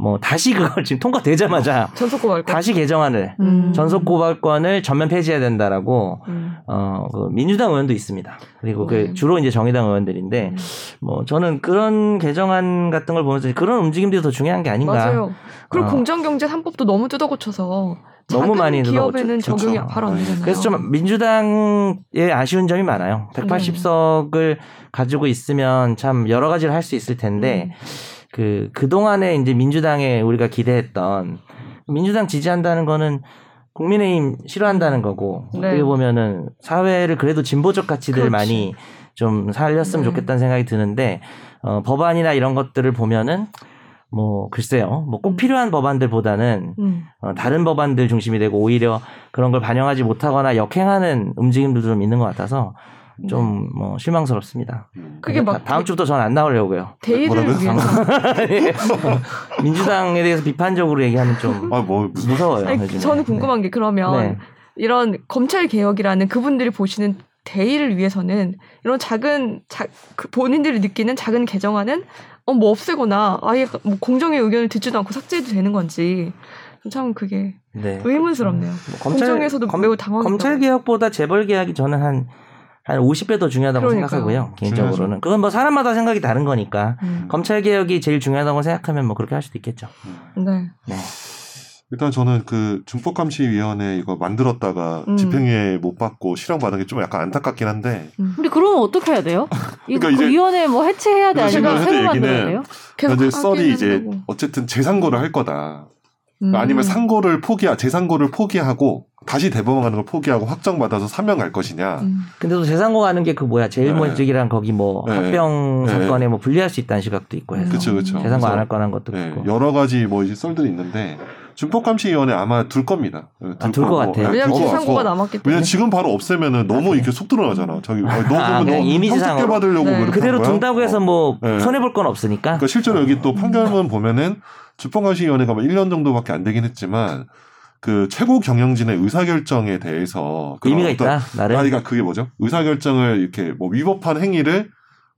S2: 뭐 다시 그걸 지금 통과되자마자
S1: 전속고발 거.
S2: 다시 개정안을
S1: 음.
S2: 전속 고발권을 전면 폐지해야 된다라고
S1: 음.
S2: 어그 민주당 의원도 있습니다. 그리고 그
S1: 네.
S2: 주로 이제 정의당 의원들인데
S1: 음.
S2: 뭐 저는 그런 개정안 같은 걸 보면서 그런 움직임들이 더 중요한 게 아닌가.
S1: 맞아요. 그리고
S2: 어.
S1: 공정경제 3법도 너무 뜯어고쳐서
S2: 너무
S1: 작은
S2: 많이
S1: 기업에는
S2: 뜯어고쳐-
S1: 적용이
S2: 그렇죠.
S1: 바로 안 되잖아요.
S2: 그래서 좀 민주당의 아쉬운 점이 많아요. 180석을 가지고 있으면 참 여러 가지를 할 수 있을 텐데 그 그동안에 이제 민주당에 우리가 기대했던 민주당 지지한다는 거는 국민의힘 싫어한다는 거고
S1: 네.
S2: 어떻게 보면은 사회를 그래도 진보적 가치들
S1: 그렇지.
S2: 많이 좀 살렸으면
S1: 네.
S2: 좋겠다는 생각이 드는데 어, 법안이나 이런 것들을 보면은 뭐 글쎄요 뭐 꼭
S1: 음.
S2: 필요한 법안들보다는
S1: 음.
S2: 어, 다른 법안들 중심이 되고 오히려 그런 걸 반영하지 못하거나 역행하는 움직임들도 좀 있는 것 같아서 좀 뭐 실망스럽습니다.
S3: 음.
S1: 네. 그게 뭐 막
S2: 다- 다음 주부터 저는 안 나오려고요. 뭐
S1: 대의를
S3: 뭐라고요?
S1: 위해서
S2: 민주당에 대해서 비판적으로 얘기하면 좀
S3: 아, 뭐 무슨
S2: 무서워요.
S1: 아니,
S2: 요즘에.
S1: 저는 궁금한 게 그러면
S2: 네.
S1: 이런 검찰 개혁이라는 그분들이 보시는 대의를 위해서는 이런 작은 자, 그 본인들이 느끼는 작은 개정안은 어, 뭐 없애거나 아예 뭐 공정의 의견을 듣지도 않고 삭제해도 되는 건지 참 그게
S2: 네.
S1: 의문스럽네요.
S2: 뭐
S1: 공정에서도
S2: 검-
S1: 매우 당황했다.
S2: 검찰 개혁보다 재벌 개혁이 저는 한, 한 50배 더 중요하다고
S1: 그러니까요.
S2: 생각하고요. 개인적으로는. 그건 뭐 사람마다 생각이 다른 거니까.
S1: 음.
S2: 검찰 개혁이 제일 중요하다고 생각하면 뭐 그렇게 할 수도 있겠죠.
S1: 네.
S2: 네.
S3: 음. 일단 저는 그 준법감시위원회 이거 만들었다가
S1: 음.
S3: 집행유예 못 받고 실형 받은 게 좀 약간 안타깝긴 한데
S4: 근데 그러면 어떻게 해야 돼요? 이
S3: 그러니까
S4: 그
S3: 이제-
S4: 위원회 뭐 해체해야 돼
S3: 그러니까
S4: 아니면
S3: 지금
S4: 새로
S3: 해도
S4: 만들어야
S3: 얘기는
S4: 돼요?
S1: 계속
S3: 이제
S1: 하긴
S3: 썰이 이제
S1: 한다고.
S3: 어쨌든 재상고를 할 거다.
S1: 음.
S3: 그러니까 아니면 상고를 포기하 재상고를 포기하고 다시 대법원 가는 걸 포기하고 확정 받아서 사면 갈 것이냐.
S1: 음.
S2: 근데 또 재산고 가는 게 그 뭐야 제일
S3: 네.
S2: 모직이랑 거기 뭐
S3: 네.
S2: 합병
S3: 네.
S2: 사건에 뭐 불리할 수 있다는 시각도 있고 해서
S3: 그쵸 그쵸.
S2: 재산고 안
S3: 그래서,
S2: 할 거란 것도
S3: 네,
S2: 있고
S3: 여러 가지 뭐 이제 썰들이 있는데 준법감시위원회 아마 둘 겁니다. 네,
S2: 아, 둘것
S3: 거고.
S2: 같아요.
S3: 네,
S1: 왜냐면
S3: 둘것
S1: 지상고가
S3: 같고.
S1: 남았기 때문에
S3: 왜냐면 지금 바로 없애면은 너무 이렇게 속 드러나잖아. 자기
S2: 아,
S3: 아, 너 그러면 너
S2: 그냥 이미지상으로?
S3: 형특혜 받으려고
S1: 네.
S3: 그렇게
S2: 그대로
S3: 한 거야?
S2: 둔다고 해서
S3: 어.
S2: 뭐
S3: 네.
S2: 손해 볼 건 없으니까
S3: 그러니까 실제로 여기 또 판결문 보면은 주법감시위원회가 뭐 1년 정도밖에 안 되긴 했지만 그 최고 경영진의 의사결정에 대해서 그런
S2: 의미가
S3: 어떤
S2: 있다 나름
S3: 아니, 그러니까 그게 뭐죠? 의사결정을 이렇게 뭐 위법한 행위를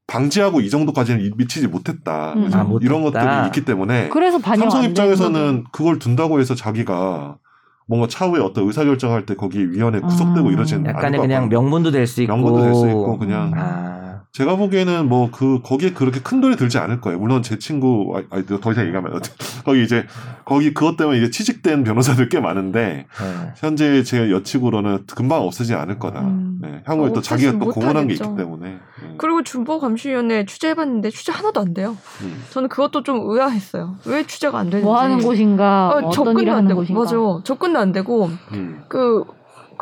S3: 방지하고 이 정도까지는 이- 미치지 못했다.
S4: 음.
S2: 아, 못했다.
S3: 이런 것들이 있기 때문에
S4: 그래서 반영
S3: 삼성
S4: 안 되는 거죠.
S3: 입장에서는 그걸 둔다고 해서 자기가 뭔가 차후에 어떤 의사결정할 때 거기 위원회 구속되고
S4: 아.
S3: 이러지는
S2: 음,
S3: 않을
S2: 약간의
S3: 것
S2: 그냥
S3: 같고.
S2: 명분도 될 수 있고
S3: 명분도 될 수 있고 그냥
S2: 아,
S3: 제가 보기에는 뭐 그 거기에 그렇게 큰 돈이 들지 않을 거예요. 물론 제 친구 아, 아니 더 이상 얘기하면 안 돼. 거기 이제 거기 그것 때문에 이제 취직된 변호사들 꽤 많은데
S2: 네.
S3: 현재 제 여측으로는 금방 없어지지 않을 거다.
S1: 음.
S3: 네, 향후에 또 자기가 또
S1: 없어지진
S3: 공헌한 게
S1: 못하겠죠.
S3: 있기 때문에. 음.
S1: 그리고 준법감시위원회 취재해봤는데 취재 하나도 안 돼요.
S3: 음.
S1: 저는 그것도 좀 의아했어요. 왜 취재가 안 되는지.
S4: 뭐 하는 곳인가
S1: 네. 어,
S4: 어떤
S1: 접근도
S4: 일을
S1: 안
S4: 하는
S1: 되고
S4: 곳인가
S1: 그렇죠. 맞아 접근도 안 되고
S3: 음.
S1: 그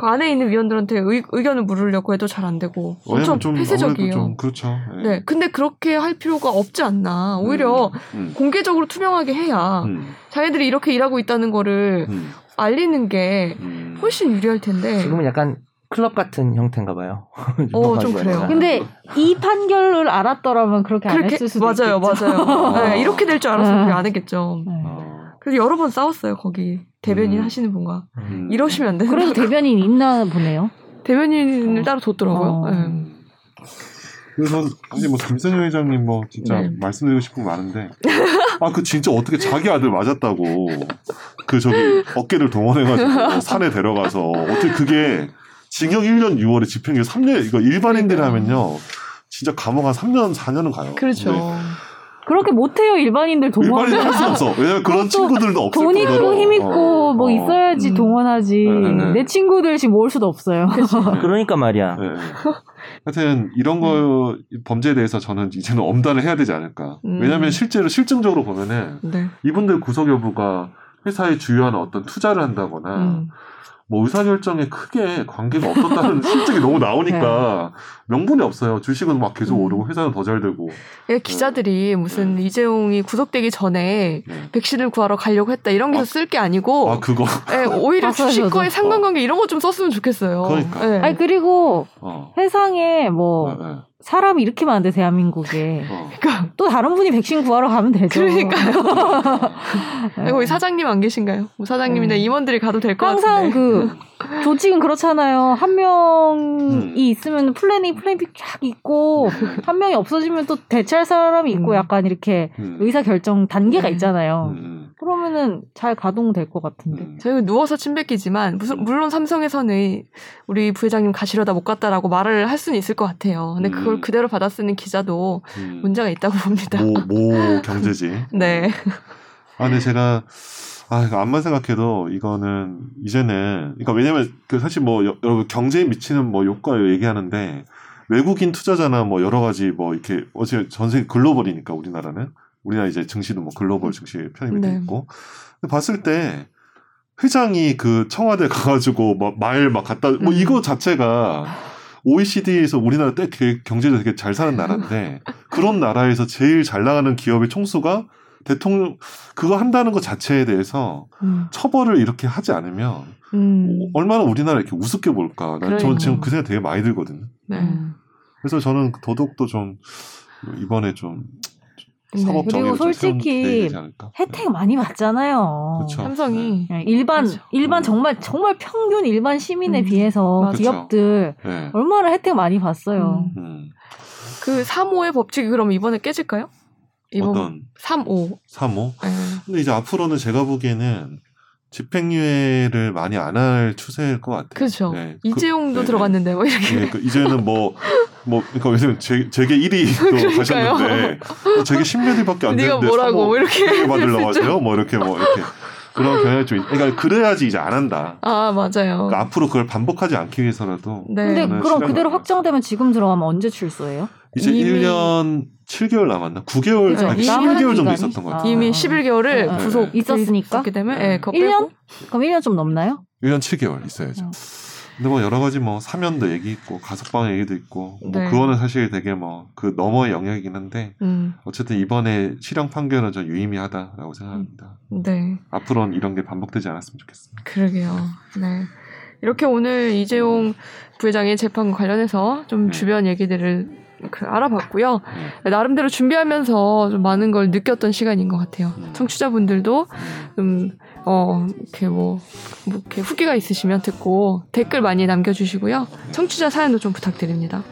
S1: 그 안에 있는 위원들한테 의, 의견을 물으려고 해도 잘 안 되고 엄청
S3: 왜냐면 어, 네, 좀
S1: 폐쇄적이에요.
S3: 아무래도 좀 그렇죠. 예.
S1: 네, 근데 그렇게 할 필요가 없지 않나. 오히려
S3: 음,
S1: 공개적으로 투명하게 해야
S3: 음,
S1: 자기들이 이렇게 일하고 있다는 거를
S3: 음,
S1: 알리는 게
S3: 음.
S1: 훨씬 유리할 텐데.
S2: 지금은 약간 클럽 같은 형태인가 봐요. 어,
S1: 좀
S3: 네.
S1: 그래요.
S4: 근데 이 판결을 알았더라면 그렇게 안 했을 수도
S1: 맞아요,
S4: 있겠죠.
S1: 맞아요.
S3: 아.
S1: 네, 이렇게 될 줄 알았으면
S4: 아.
S1: 그게 안 했겠죠.
S4: 네.
S3: 어,
S1: 그래서 여러 번 싸웠어요 거기 대변인
S3: 음.
S1: 하시는 분과
S3: 음.
S1: 이러시면 안 되는
S4: 그래도 대변인 있나 보네요.
S1: 대변인을
S4: 어.
S1: 따로 뒀더라고요.
S4: 어.
S1: 네.
S3: 음. 그래서 아니 뭐 김선영 회장님 뭐 진짜
S1: 네.
S3: 말씀드리고 싶은 거 많은데 아 그 진짜 어떻게 자기 아들 맞았다고 그 저기 어깨를 동원해가지고 산에 데려가서 어떻게 그게 징역 1년 6월에 집행유예 3년 이거 일반인들 하면요 진짜 감옥 한 3년 4년은 가요.
S1: 그렇죠.
S3: 네.
S4: 그렇게 못해요 일반인들 동원.
S3: 일반인은 할수 없어. 왜냐면 그런
S4: 그것도
S3: 친구들도 뭐 없을
S4: 돈 있고
S3: 뿐더러.
S4: 힘 있고
S3: 어,
S4: 뭐
S3: 어.
S4: 있어야지
S1: 음.
S4: 동원하지.
S3: 네, 네, 네.
S4: 내 친구들 지금 모을 수도 없어요.
S2: 그러니까 말이야.
S3: 예, 예. 하여튼 이런 거 범죄에 대해서 저는 이제는 엄단을 해야 되지 않을까.
S1: 음.
S3: 왜냐하면 실제로 실증적으로 보면은
S1: 네.
S3: 이분들 구속 여부가 회사에 주요한 어떤 투자를 한다거나
S1: 음.
S3: 뭐 의사결정에 크게 관계가 없었다는 실증이 너무 나오니까 명분이 없어요. 주식은 막 계속
S1: 네. 음.
S3: 오르고 회사는 더 잘 되고.
S1: 예, 기자들이 무슨 이재용이 구속되기 전에
S3: 네.
S1: 백신을 구하러 가려고 했다 이런
S3: 아.
S1: 게 쓸 게 아니고
S3: 아 그거.
S1: 예, 오히려
S4: 맞아요,
S1: 주식과의
S4: 저도.
S1: 상관관계 이런 거 좀 썼으면 좋겠어요.
S3: 그러니까.
S1: 예.
S4: 아니 그리고
S3: 어.
S4: 세상에 뭐
S3: 네, 네.
S4: 사람이 이렇게 많은데 대한민국에
S3: 어.
S1: 그러니까
S4: 또 다른 분이 백신 구하러 가면 되죠.
S1: 그러니까요.
S3: 음.
S4: 네.
S1: 거기 사장님 안 계신가요? 뭐 사장님이나
S4: 음.
S1: 임원들이 가도 될 것
S4: 항상
S1: 같은데.
S4: 그 조직은 그렇잖아요. 한 명이
S3: 음.
S4: 있으면 플랜이 플랜이 쫙
S1: 어.
S4: 있고 한 명이 없어지면 또 대체할 사람이 있고
S1: 음.
S4: 약간 이렇게
S3: 음.
S4: 의사 결정 단계가
S1: 음.
S4: 있잖아요.
S3: 음.
S4: 그러면은 잘 가동될 것 같은데.
S3: 음.
S1: 저희가 누워서 침뱉기지만 무슨- 물론 삼성에서는 우리 부회장님 가시려다 못 갔다라고 말을 할 수는 있을 것 같아요. 근데 그걸
S3: 음.
S1: 그대로 받아쓰는 기자도
S3: 음.
S1: 문제가 있다고 봅니다.
S3: 모, 모 경제지.
S1: 네.
S3: 아,
S1: 예.
S3: 근데 제가, 아, 이거 암만 생각해도 이거는 이제는, 그러니까 왜냐면 그 사실 뭐 여, 러분 경제에 미치는 뭐 효과 얘기하는데 외국인 투자자나 뭐 여러 가지 뭐 이렇게 어제 전 세계 글로벌이니까 우리나라는 우리나라 이제 증시도 뭐 글로벌 증시 편입이 돼
S1: 네.
S3: 있고 근데 봤을 때 회장이 그 청와대 가가지고 막 말 막 갖다
S1: 음.
S3: 뭐 이거 자체가 OECD에서 우리나라 때 되게 경제도 되게 잘 사는 나라인데 그런 나라에서 제일 잘 나가는 기업의 총수가 대통령 그거 한다는 것 자체에 대해서
S1: 음.
S3: 처벌을 이렇게 하지 않으면
S1: 음.
S3: 얼마나 우리나라 이렇게 우습게 볼까. 난 저는
S1: 그러니까요.
S3: 지금 그 생각 되게 많이 들거든요.
S1: 네.
S4: 음.
S3: 그래서 저는 더더욱도 좀 이번에 좀
S1: 네.
S3: 사법
S4: 그리고
S3: 정의를 좀 세운
S4: 솔직히
S3: 게 되지 않을까. 네.
S4: 혜택 많이
S1: 어,
S4: 받잖아요.
S3: 그렇죠.
S1: 삼성이
S4: 네, 일반
S1: 그렇죠.
S4: 일반
S3: 음.
S4: 정말 정말 평균 일반 시민에
S1: 음.
S4: 비해서 그
S1: 맞아요.
S4: 기업들
S3: 예. 네.
S4: 얼마나 혜택 많이 봤어요.
S1: 음.
S3: 음.
S1: 그 3호의 법칙이 그럼 이번에 깨질까요? 이번
S3: 어떤 그
S1: 3호.
S3: 3호
S1: 예.
S3: 근데 이제 앞으로는 제가 보기에는 집행유예를 많이 안 할 추세일 것 같아요.
S1: 그렇죠.
S3: 네. 그-
S1: 이재용도
S3: 네.
S1: 들어갔는데 뭐 이렇게.
S3: 예, 그 이제는 뭐, 뭐, 그러니까 왜냐면 제, 제게 1위도
S1: 그러니까요.
S3: 가셨는데, 어, 제게 10몇위밖에 안
S1: 네가
S3: 되는데,
S1: 뭐라고
S3: 사모
S1: 뭐 이렇게.
S3: 크게 받으려고 하세요? 뭐 이렇게 뭐 이렇게. 그런 경향이 좀 있, 그러니까 그래야지 이제 안 한다.
S1: 아 맞아요.
S3: 그러니까 앞으로 그걸 반복하지 않기 위해서라도
S1: 네.
S4: 근데
S3: 네,
S4: 그럼
S3: 시간이
S4: 그대로
S3: 많아요.
S4: 확정되면 지금 들어가면 언제 출소예요?
S3: 이제
S1: 이미- 그러니까
S3: 1년 7개월 남았나? 9개월,
S4: 그죠.
S3: 아니,
S1: 이미
S3: 11개월 정도
S4: 기간이-
S3: 있었던 것
S4: 아.
S3: 같아요.
S1: 이미
S4: 어.
S1: 11개월을
S4: 어, 어.
S1: 네, 구속
S4: 있었으니까?
S1: 있었기 때문에 예, 그거
S4: 1년?
S1: 빼고.
S4: 그럼 1년 좀 넘나요?
S3: 1년 7개월 있어야죠.
S1: 음.
S4: 어.
S3: 근데 뭐 여러 가지 뭐 사면도 얘기 있고, 가석방 얘기도 있고, 뭐
S1: 네.
S3: 그거는 사실 되게 뭐 그 너머의 영역이긴 한데,
S1: 음.
S3: 어쨌든 이번에 실형 판결은 좀 유의미하다라고 생각합니다.
S1: 네.
S3: 앞으로는 이런 게 반복되지 않았으면 좋겠습니다.
S1: 그러게요. 네. 이렇게 오늘 이재용 부회장의 재판 관련해서 좀
S3: 네.
S1: 주변 얘기들을 그 알아봤고요.
S3: 네.
S1: 나름대로 준비하면서 좀 많은 걸 느꼈던 시간인 것 같아요.
S3: 음.
S1: 청취자분들도 좀, 어, 이렇게 뭐, 뭐 이렇게 후기가 있으시면 듣고 댓글 많이 남겨주시고요. 청취자 사연도 좀 부탁드립니다.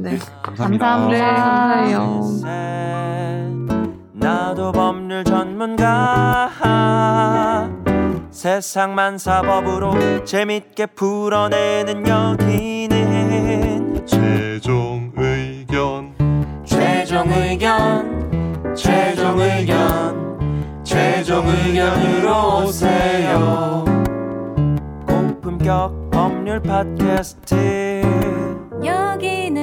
S1: 네.
S3: 감사합니다.
S1: 네, 감사해요.
S2: 나도 법률 전문가 세상만 사법으로 재밌게 풀어내는 여기는
S3: 최종 의견
S2: 최종 의견 최종 의견 최종 의견으로 오세요 고품격 법률 팟캐스트
S4: 여기는